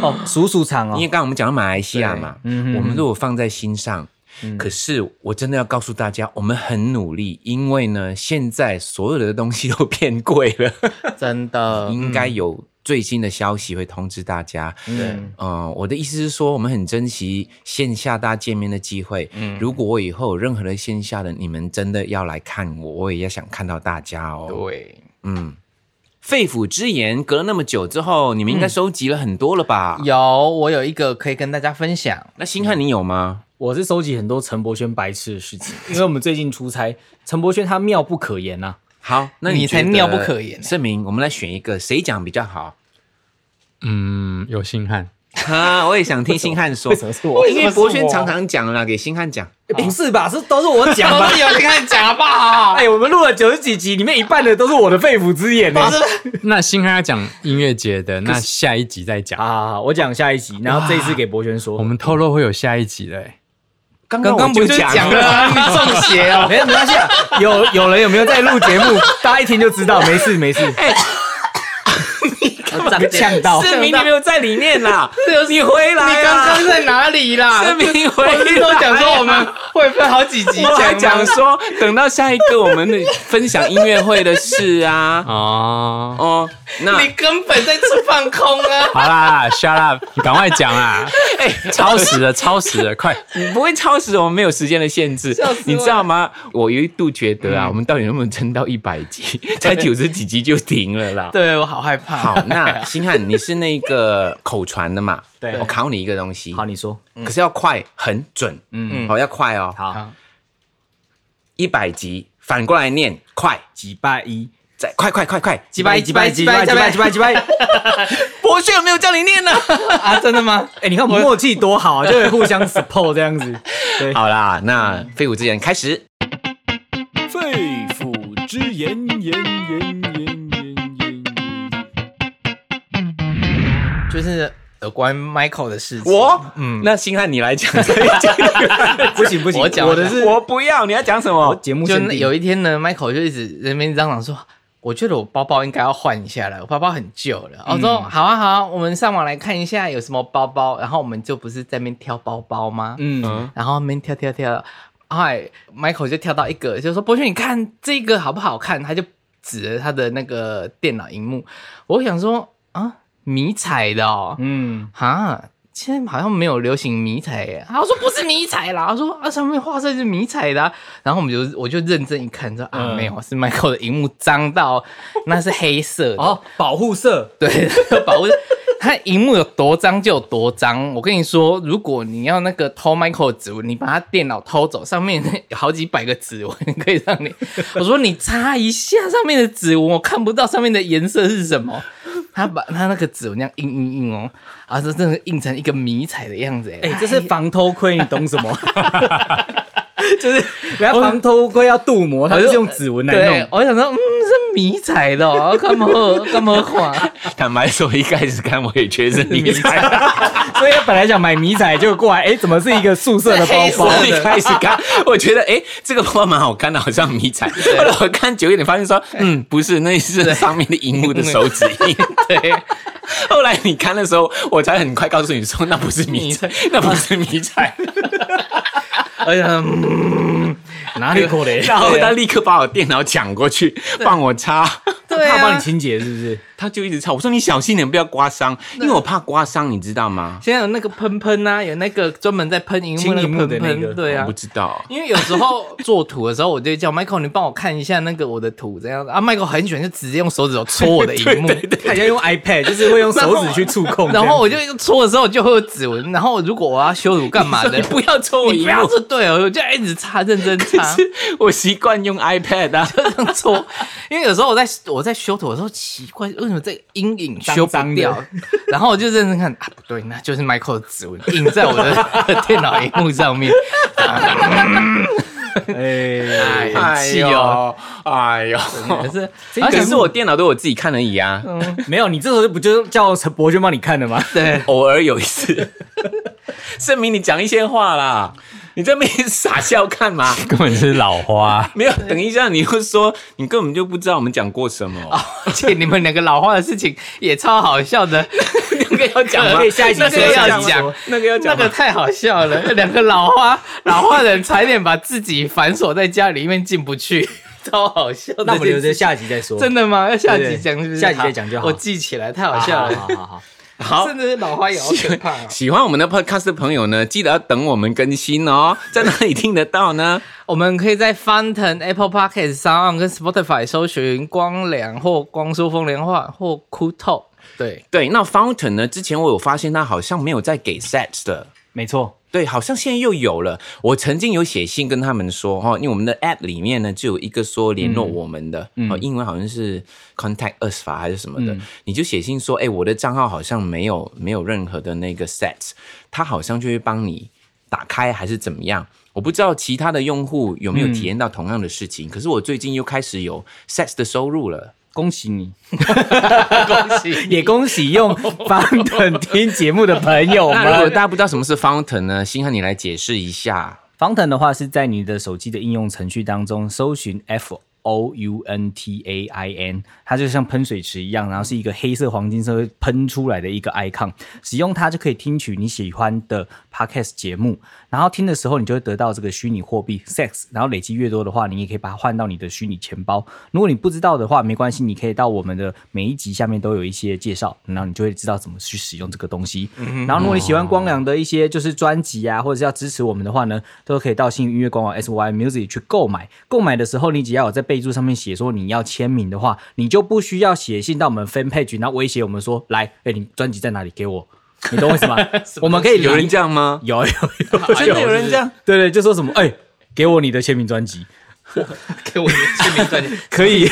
Speaker 2: 哦，数数场
Speaker 3: 因为刚
Speaker 2: 哦，
Speaker 3: 刚我们讲到马来西亚嘛，我们都有放在心上。可是我真的要告诉大家，我们很努力，因为呢，现在所有的东西都变贵了，
Speaker 1: 真的，
Speaker 3: 应该有最新的消息会通知大家。
Speaker 1: 对，
Speaker 3: 嗯，我的意思是说，我们很珍惜线下大家见面的机会。嗯，如果我以后有任何的线下的，你们真的要来看我，我也要想看到大家哦。
Speaker 1: 对，
Speaker 3: 嗯，肺腑之言，隔了那么久之后，你们应该收集了很多了吧？
Speaker 1: 嗯有我有一个可以跟大家分享，
Speaker 3: 那星汉你有吗？
Speaker 2: 我是收集很多陈柏轩白痴的事情，因为我们最近出差，陈柏轩他妙不可言啊 呐、
Speaker 3: 好，那你
Speaker 1: 你才
Speaker 3: 觉得
Speaker 1: 妙不可言啊
Speaker 3: 盛明，我们来选一个，谁讲比较好？
Speaker 4: 嗯，有星汉，
Speaker 3: 啊，我也想听星汉说
Speaker 2: 为，什么是我？
Speaker 3: 因为博轩常常讲了，给星汉讲。
Speaker 2: 欸 不是吧？是都是我讲吧
Speaker 1: 都？是有人开始讲好不好？
Speaker 2: 哎，我们录了九十几集，里面一半的都是我的肺腑之言呢。
Speaker 4: 那星汉要讲音乐节的，那下一集再讲。
Speaker 2: 啊，我讲下一集，然后这一次给博轩说
Speaker 4: 我。们透露会有下一集嘞，
Speaker 3: 刚
Speaker 1: 刚刚
Speaker 3: 我
Speaker 1: 不
Speaker 3: 就是讲
Speaker 1: 讲了，啊，你中邪哦。
Speaker 2: 没有没关系啊，有有人有没有在录节目？大家一听就知道，没事没事。
Speaker 3: 哎
Speaker 1: 被
Speaker 2: 呛到
Speaker 3: 盛明你没有在里 面啦，你回来
Speaker 1: 你
Speaker 3: 啊
Speaker 1: 刚刚在哪里啦？
Speaker 3: 盛明回
Speaker 1: 不是
Speaker 3: 来
Speaker 1: 都讲说我们会分好几集
Speaker 3: 我还
Speaker 1: 讲
Speaker 3: 讲
Speaker 1: 讲，
Speaker 3: 说，等到下一个我们的分享音乐会的事啊。
Speaker 4: 哦，
Speaker 3: 哦，那
Speaker 1: 你根本在吃放空啊！
Speaker 4: 好啦，shut up，你赶快讲啦，
Speaker 3: 哎，
Speaker 4: 超时了，超时了，快！
Speaker 3: 你不会超时，我们没有时间的限制
Speaker 1: 笑死，我
Speaker 3: 你知道吗？我有一度觉得啊，我们到底能不能撑到一百集？才九十几集就停了啦。
Speaker 1: 对我好害怕。
Speaker 3: 好， 那星汉，你是那个口传的嘛？
Speaker 2: 对
Speaker 3: 我考你一个东西，嗯
Speaker 2: 好，你说，
Speaker 3: 可是要快，很准，嗯，好，要快哦，
Speaker 2: 好，
Speaker 3: 一百集反过来念，快，
Speaker 2: 几拜一，
Speaker 3: 再快快快快！
Speaker 2: 几拜一，几拜一，几拜一，几拜一，几拜一，几拜一。
Speaker 3: 博轩有没有叫你念呢？
Speaker 1: 啊，真的吗？
Speaker 2: 哎，你看我们默契多好啊，就会互相 support 这样子。对，
Speaker 3: 好啦，那飞虎之言开始。
Speaker 5: 肺腑之言，言言言言言言。
Speaker 1: 就是有关 Michael 的事情。
Speaker 3: 我，嗯，那星汉你来讲这一 集，
Speaker 2: 不行不行，
Speaker 1: 我讲
Speaker 2: 我的是
Speaker 3: 我不要，你要讲什么？
Speaker 2: 节目
Speaker 1: 就
Speaker 2: 限
Speaker 1: 那
Speaker 2: 定
Speaker 1: 有一天呢，Michael 就一直在那边嚷嚷说：“我觉得我包包应该要换一下了，我包包很旧了。
Speaker 3: 嗯
Speaker 1: 我说：“好啊，好啊，我们上网来看一下有什么包包。”然后我们就不是在那边挑包包吗？
Speaker 2: 嗯，
Speaker 1: 然后那边挑挑挑，哎，Michael 就挑到一个，就说：“博轩，你看这个好不好看？”他就指着他的那个电脑荧幕。我想说啊，迷彩的哦，
Speaker 2: 嗯，
Speaker 1: 哈，现在好像没有流行迷彩耶。他说不是迷彩啦，他 说啊上面画色是迷彩的啊、然后我们就我就认真一看，说啊没有，是 Michael 的荧幕脏到那是黑色的，
Speaker 2: 哦，保护色，
Speaker 1: 对， 保护。他荧幕有多脏就有多脏，我跟你说，如果你要那个偷 Michael 的指纹，你把他电脑偷走，上面 有好几百个指纹可以让 你。我说你擦一下上面的指纹，我看不到上面的颜色是什么。他把他那个指纹那样印印印哦，啊，这真的印成一个迷彩的样子哎、
Speaker 2: 哎、这是防偷窥，你懂什么？就是人家防偷窥要镀膜，他
Speaker 1: 我
Speaker 2: 是
Speaker 1: 就
Speaker 2: 用指纹来
Speaker 1: 对
Speaker 2: 弄，。
Speaker 1: 我想说，嗯，是迷彩的、哦，干嘛干嘛 画？
Speaker 3: 坦白说，一开始看我也觉得是迷彩，
Speaker 2: 所以他本来想买迷彩，就过来，哎、怎么是一个素色的包包？
Speaker 3: 我一开始看， 我觉得哎、诶这个包包蛮好看的，好像迷彩。后来我看久一点，发现说，嗯，不是，那是上面的荧幕的手 指印。
Speaker 1: 对，
Speaker 3: 后来你看的时候，我才很快告诉你说，那不是迷彩，那不是迷彩。
Speaker 1: 我想说嗯，
Speaker 2: 哪里过来？
Speaker 3: 然后他立刻把我电脑抢过去，帮我擦。
Speaker 1: 对
Speaker 2: 他帮
Speaker 1: 啊
Speaker 2: 你。清洁是不是？
Speaker 3: 他就一直擦，我说你小心点，不要刮伤，因为我怕刮伤，你知道吗？
Speaker 1: 现在有那个喷喷啊，有那个专门在喷荧幕
Speaker 2: 清
Speaker 1: 那
Speaker 2: 荧幕
Speaker 1: 个
Speaker 2: 的
Speaker 1: 喷
Speaker 2: 那个
Speaker 1: 喷，对
Speaker 3: 我
Speaker 1: 啊
Speaker 3: 不。知道，
Speaker 1: 因为有时候做图的时候，我就会叫 Michael，你帮我看一下那个我的图怎样啊？Michael 很喜欢就直接用手指头戳我的荧 幕，
Speaker 2: 他要用 iPad，就是会用手指去触控。
Speaker 1: 然后我就戳的时候就会有指纹，然后如果我要修图干嘛的，
Speaker 3: 你不要戳我
Speaker 1: 你
Speaker 3: 荧
Speaker 1: 不要
Speaker 3: 幕。
Speaker 1: 说对哦，我就一直擦，认真 擦，
Speaker 3: 我习惯用 iPad 啊，
Speaker 1: 这样戳。因为有时候我在我在修图的时候，奇怪为什么这个阴影修不
Speaker 2: 脏
Speaker 1: 掉
Speaker 2: 脏，
Speaker 1: 然后我就认真看啊，不对，那就是 Michael 的指纹印在我的 电脑荧幕上面。
Speaker 2: 哎，
Speaker 1: 很气哦，
Speaker 3: 哎呦，
Speaker 1: 可是，而
Speaker 3: 而
Speaker 1: 且
Speaker 3: 且是我电脑都我自己看而已啊，
Speaker 2: 没有，你这时候不就叫陈博轩帮你看的吗？
Speaker 1: 对，
Speaker 3: 偶尔有一次。 证明你讲一些话啦，你这边傻笑干嘛？
Speaker 4: 根本是老花。
Speaker 3: 没有，等一下你又说你根本就不知道我们讲过什么，
Speaker 1: 而且你们两个老花的事情也超好笑 的，
Speaker 3: 那个要讲吗？
Speaker 2: 可以下一集
Speaker 1: 那
Speaker 2: 说
Speaker 1: 个要
Speaker 2: 下一集
Speaker 1: 讲
Speaker 2: 说。
Speaker 3: 那个要
Speaker 1: 那
Speaker 3: 讲吗
Speaker 1: 个太好笑了，两个老花老花人差点把自己反锁在家里面进不 去，超好笑的。
Speaker 2: 那我们留着下集再说。
Speaker 1: 真的吗？要下集
Speaker 2: 对
Speaker 1: 讲是不是？
Speaker 2: 下集再讲就好
Speaker 1: 我记起来，太好
Speaker 2: 好
Speaker 1: 笑
Speaker 2: 好
Speaker 1: 了。
Speaker 2: 好好好，
Speaker 3: 好
Speaker 1: 甚。至老花也好可怕、 哦。
Speaker 3: 喜欢我们的 podcast 的朋友呢，记得要等我们更新哦， 在哪里听得到呢？
Speaker 1: 我们可以在 Fountain、Apple Podcast 上跟 Spotify 搜寻“光良”或“光说风凉话”或“哭透”。对，
Speaker 3: 对，那 Fountain 呢？之前我有发现他好像没有在给 sets 的，
Speaker 2: 没错，
Speaker 3: 对，好像现在又有了。我曾经有写信跟他们说，哈、哦，因为我们的 app 里面呢，就有一个说联络我们的，哦，英文好像是 contact us 法还是什么的，你就写信说，哎，我的账号好像没有没有任何的那个 sets，他好像就会帮你打开还是怎么样。我不知道其他的用户有没有体验到同样的事情，可是我最近又开始有 sets 的收入了。
Speaker 2: 恭喜你，
Speaker 1: 恭喜！
Speaker 2: 也 恭喜用方等听节目的朋友
Speaker 3: 那如果
Speaker 2: 们
Speaker 3: 大。家不知道什么是 Fountain 呢？星汉，你来解释一下。
Speaker 2: 方腾的话是在你的手机的应用程序当中搜寻 F O U N T A I N，它就像喷水池一样，然后是一个黑色、黄金色会喷出来的一个 icon。使用它就可以听取你喜欢的 podcast 节目，然后听的时候你就会得到这个虚拟货币 sex，然后累积越多的话，你也可以把它换到你的虚拟钱包。如果你不知道的话，没关系，你可以到我们的每一集下面都有一些介绍，然后你就会知道怎么去使用这个东西。然后如果你喜欢光良的一些就是专辑啊，或者是要支持我们的话呢，都可以到幸运音乐官网 S Y Music 去购买。购买的时候，你只要有在备注上面写说你要签名的话，你就不需要写信到我们 Fan Page，然后威胁我们说来，哎、你专辑在哪里？给我。你懂我意思吗？我们可以
Speaker 3: 有人
Speaker 2: 这
Speaker 3: 这样吗？
Speaker 2: 有有有，
Speaker 3: 真的有人这样？
Speaker 2: 对对，就说什么哎、给我你的签名专辑，
Speaker 1: 给我一个签名专辑，
Speaker 2: 可以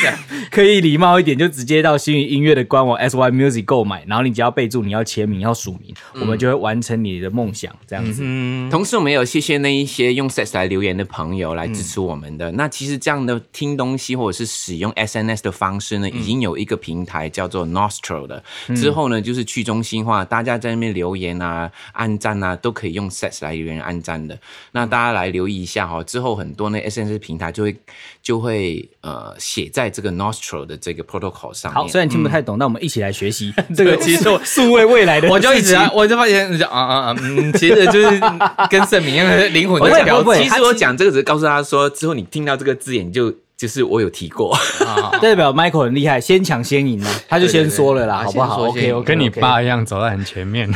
Speaker 2: 可以礼貌一点，就直接到星云音乐的官网 S Y Music 购买，然后你只要备注你要签名要署名，
Speaker 1: 嗯
Speaker 2: 我们就会完成你的梦想，这样子。
Speaker 3: 同时，我们也有谢谢那一些用 Sex 来留言的朋友来支持我们的。那其实这样的听东西或者是使用 SNS 的方式呢，已经有一个平台叫做 Nostro 的。之后呢，就是去中心化，大家在那边留言啊、按赞啊，都可以用 Sex 来留言按赞的。那大家来留意一下哈、哦，之后很多那 SNS 平台就会就会呃写在这个 Nostro 的这个 protocol 上面。
Speaker 2: 好，虽然听不太懂，那我们一起来 学习这个
Speaker 1: 嗯其实 我
Speaker 2: 数位未来的事 情。
Speaker 1: 我就一直啊，我就发现，啊啊啊，嗯，其实就是跟圣明一样，灵魂
Speaker 2: 不
Speaker 1: 的
Speaker 2: 会
Speaker 1: 交
Speaker 2: 不会
Speaker 1: 集
Speaker 3: 其实我讲这个只是告诉大家说，之后你听到这个字眼就就是我有提过。
Speaker 2: 代表 Michael 很厉害，先抢先赢啊，他就先说了
Speaker 1: 对
Speaker 2: 啦，
Speaker 1: 对
Speaker 2: 好
Speaker 1: 对
Speaker 2: 不好
Speaker 1: 先说先
Speaker 2: ？OK
Speaker 1: 赢
Speaker 2: OK，
Speaker 4: 跟你爸一样走在很前面，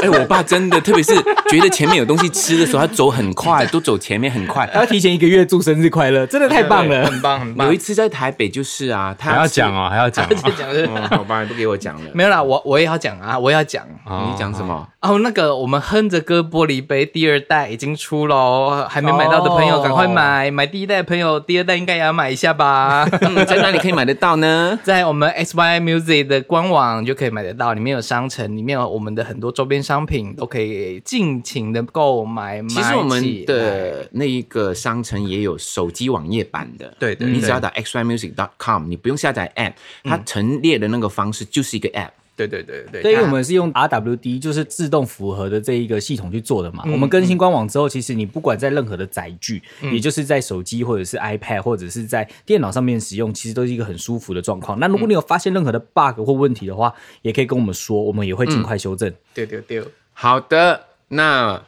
Speaker 3: 哎、我爸真的，特别是觉得前面有东西吃的时候，他走很快，都走前面很快。
Speaker 2: 他要提前一个月祝生日快乐，真的太棒
Speaker 1: 对
Speaker 2: 了。
Speaker 1: 很 棒很棒。
Speaker 3: 有一次在台北就是啊，他
Speaker 4: 还要讲哦，还要讲、哦。
Speaker 1: 次讲是
Speaker 3: 吃，嗯好吧，不给我讲了。
Speaker 1: 没有啦，我我也要讲啊，我也要讲。
Speaker 4: 哦
Speaker 3: 你讲什么？
Speaker 1: 哦，那个我们哼着歌玻璃杯第二代已经出喽，还没买到的朋友
Speaker 2: 哦
Speaker 1: 赶快买，买第一代的朋友第二代应该也要买一下吧。
Speaker 3: 嗯，在哪里可以买得到 呢？
Speaker 1: 在我们 S Y Music 的官网就可以买得到，里面有商城，里面有我们的很多周边商品，都可以尽情的购买。
Speaker 3: 其实我
Speaker 1: 买
Speaker 3: 们
Speaker 1: 起来
Speaker 3: 的那一个商城也有手机网页版的，
Speaker 1: 对对嗯
Speaker 3: 你只
Speaker 1: 对
Speaker 3: 要打 xymusic.com，你不用下载 app，它陈列的那个方式就是一个 app。
Speaker 1: 对对对对
Speaker 2: 对，因为我们是用 RWD，就是自动符合的这一个系统去做的
Speaker 4: 嗯
Speaker 2: 嘛。我们更新官网之后，其实你不管在任何的载具，也就是在手机或者是 iPad 或者是在电脑上面使用，其实都是一个很舒服的状况。那如果
Speaker 4: 嗯
Speaker 2: 你有发现任何的 bug 或问题的话，也可以跟我们说，我们也会尽快修
Speaker 4: 嗯
Speaker 2: 正。
Speaker 1: 对对对，
Speaker 3: 好的，那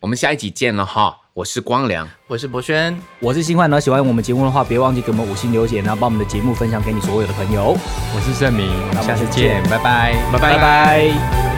Speaker 3: 我们下一集见了哈。我是光良，
Speaker 1: 我是博轩，
Speaker 2: 我是新焕，然后喜欢我们节目的话，别忘记给我们五星留言，然后把我们的节目分享给你所有的朋友。
Speaker 4: 我是盛明，我们下次见，拜拜。
Speaker 2: 拜拜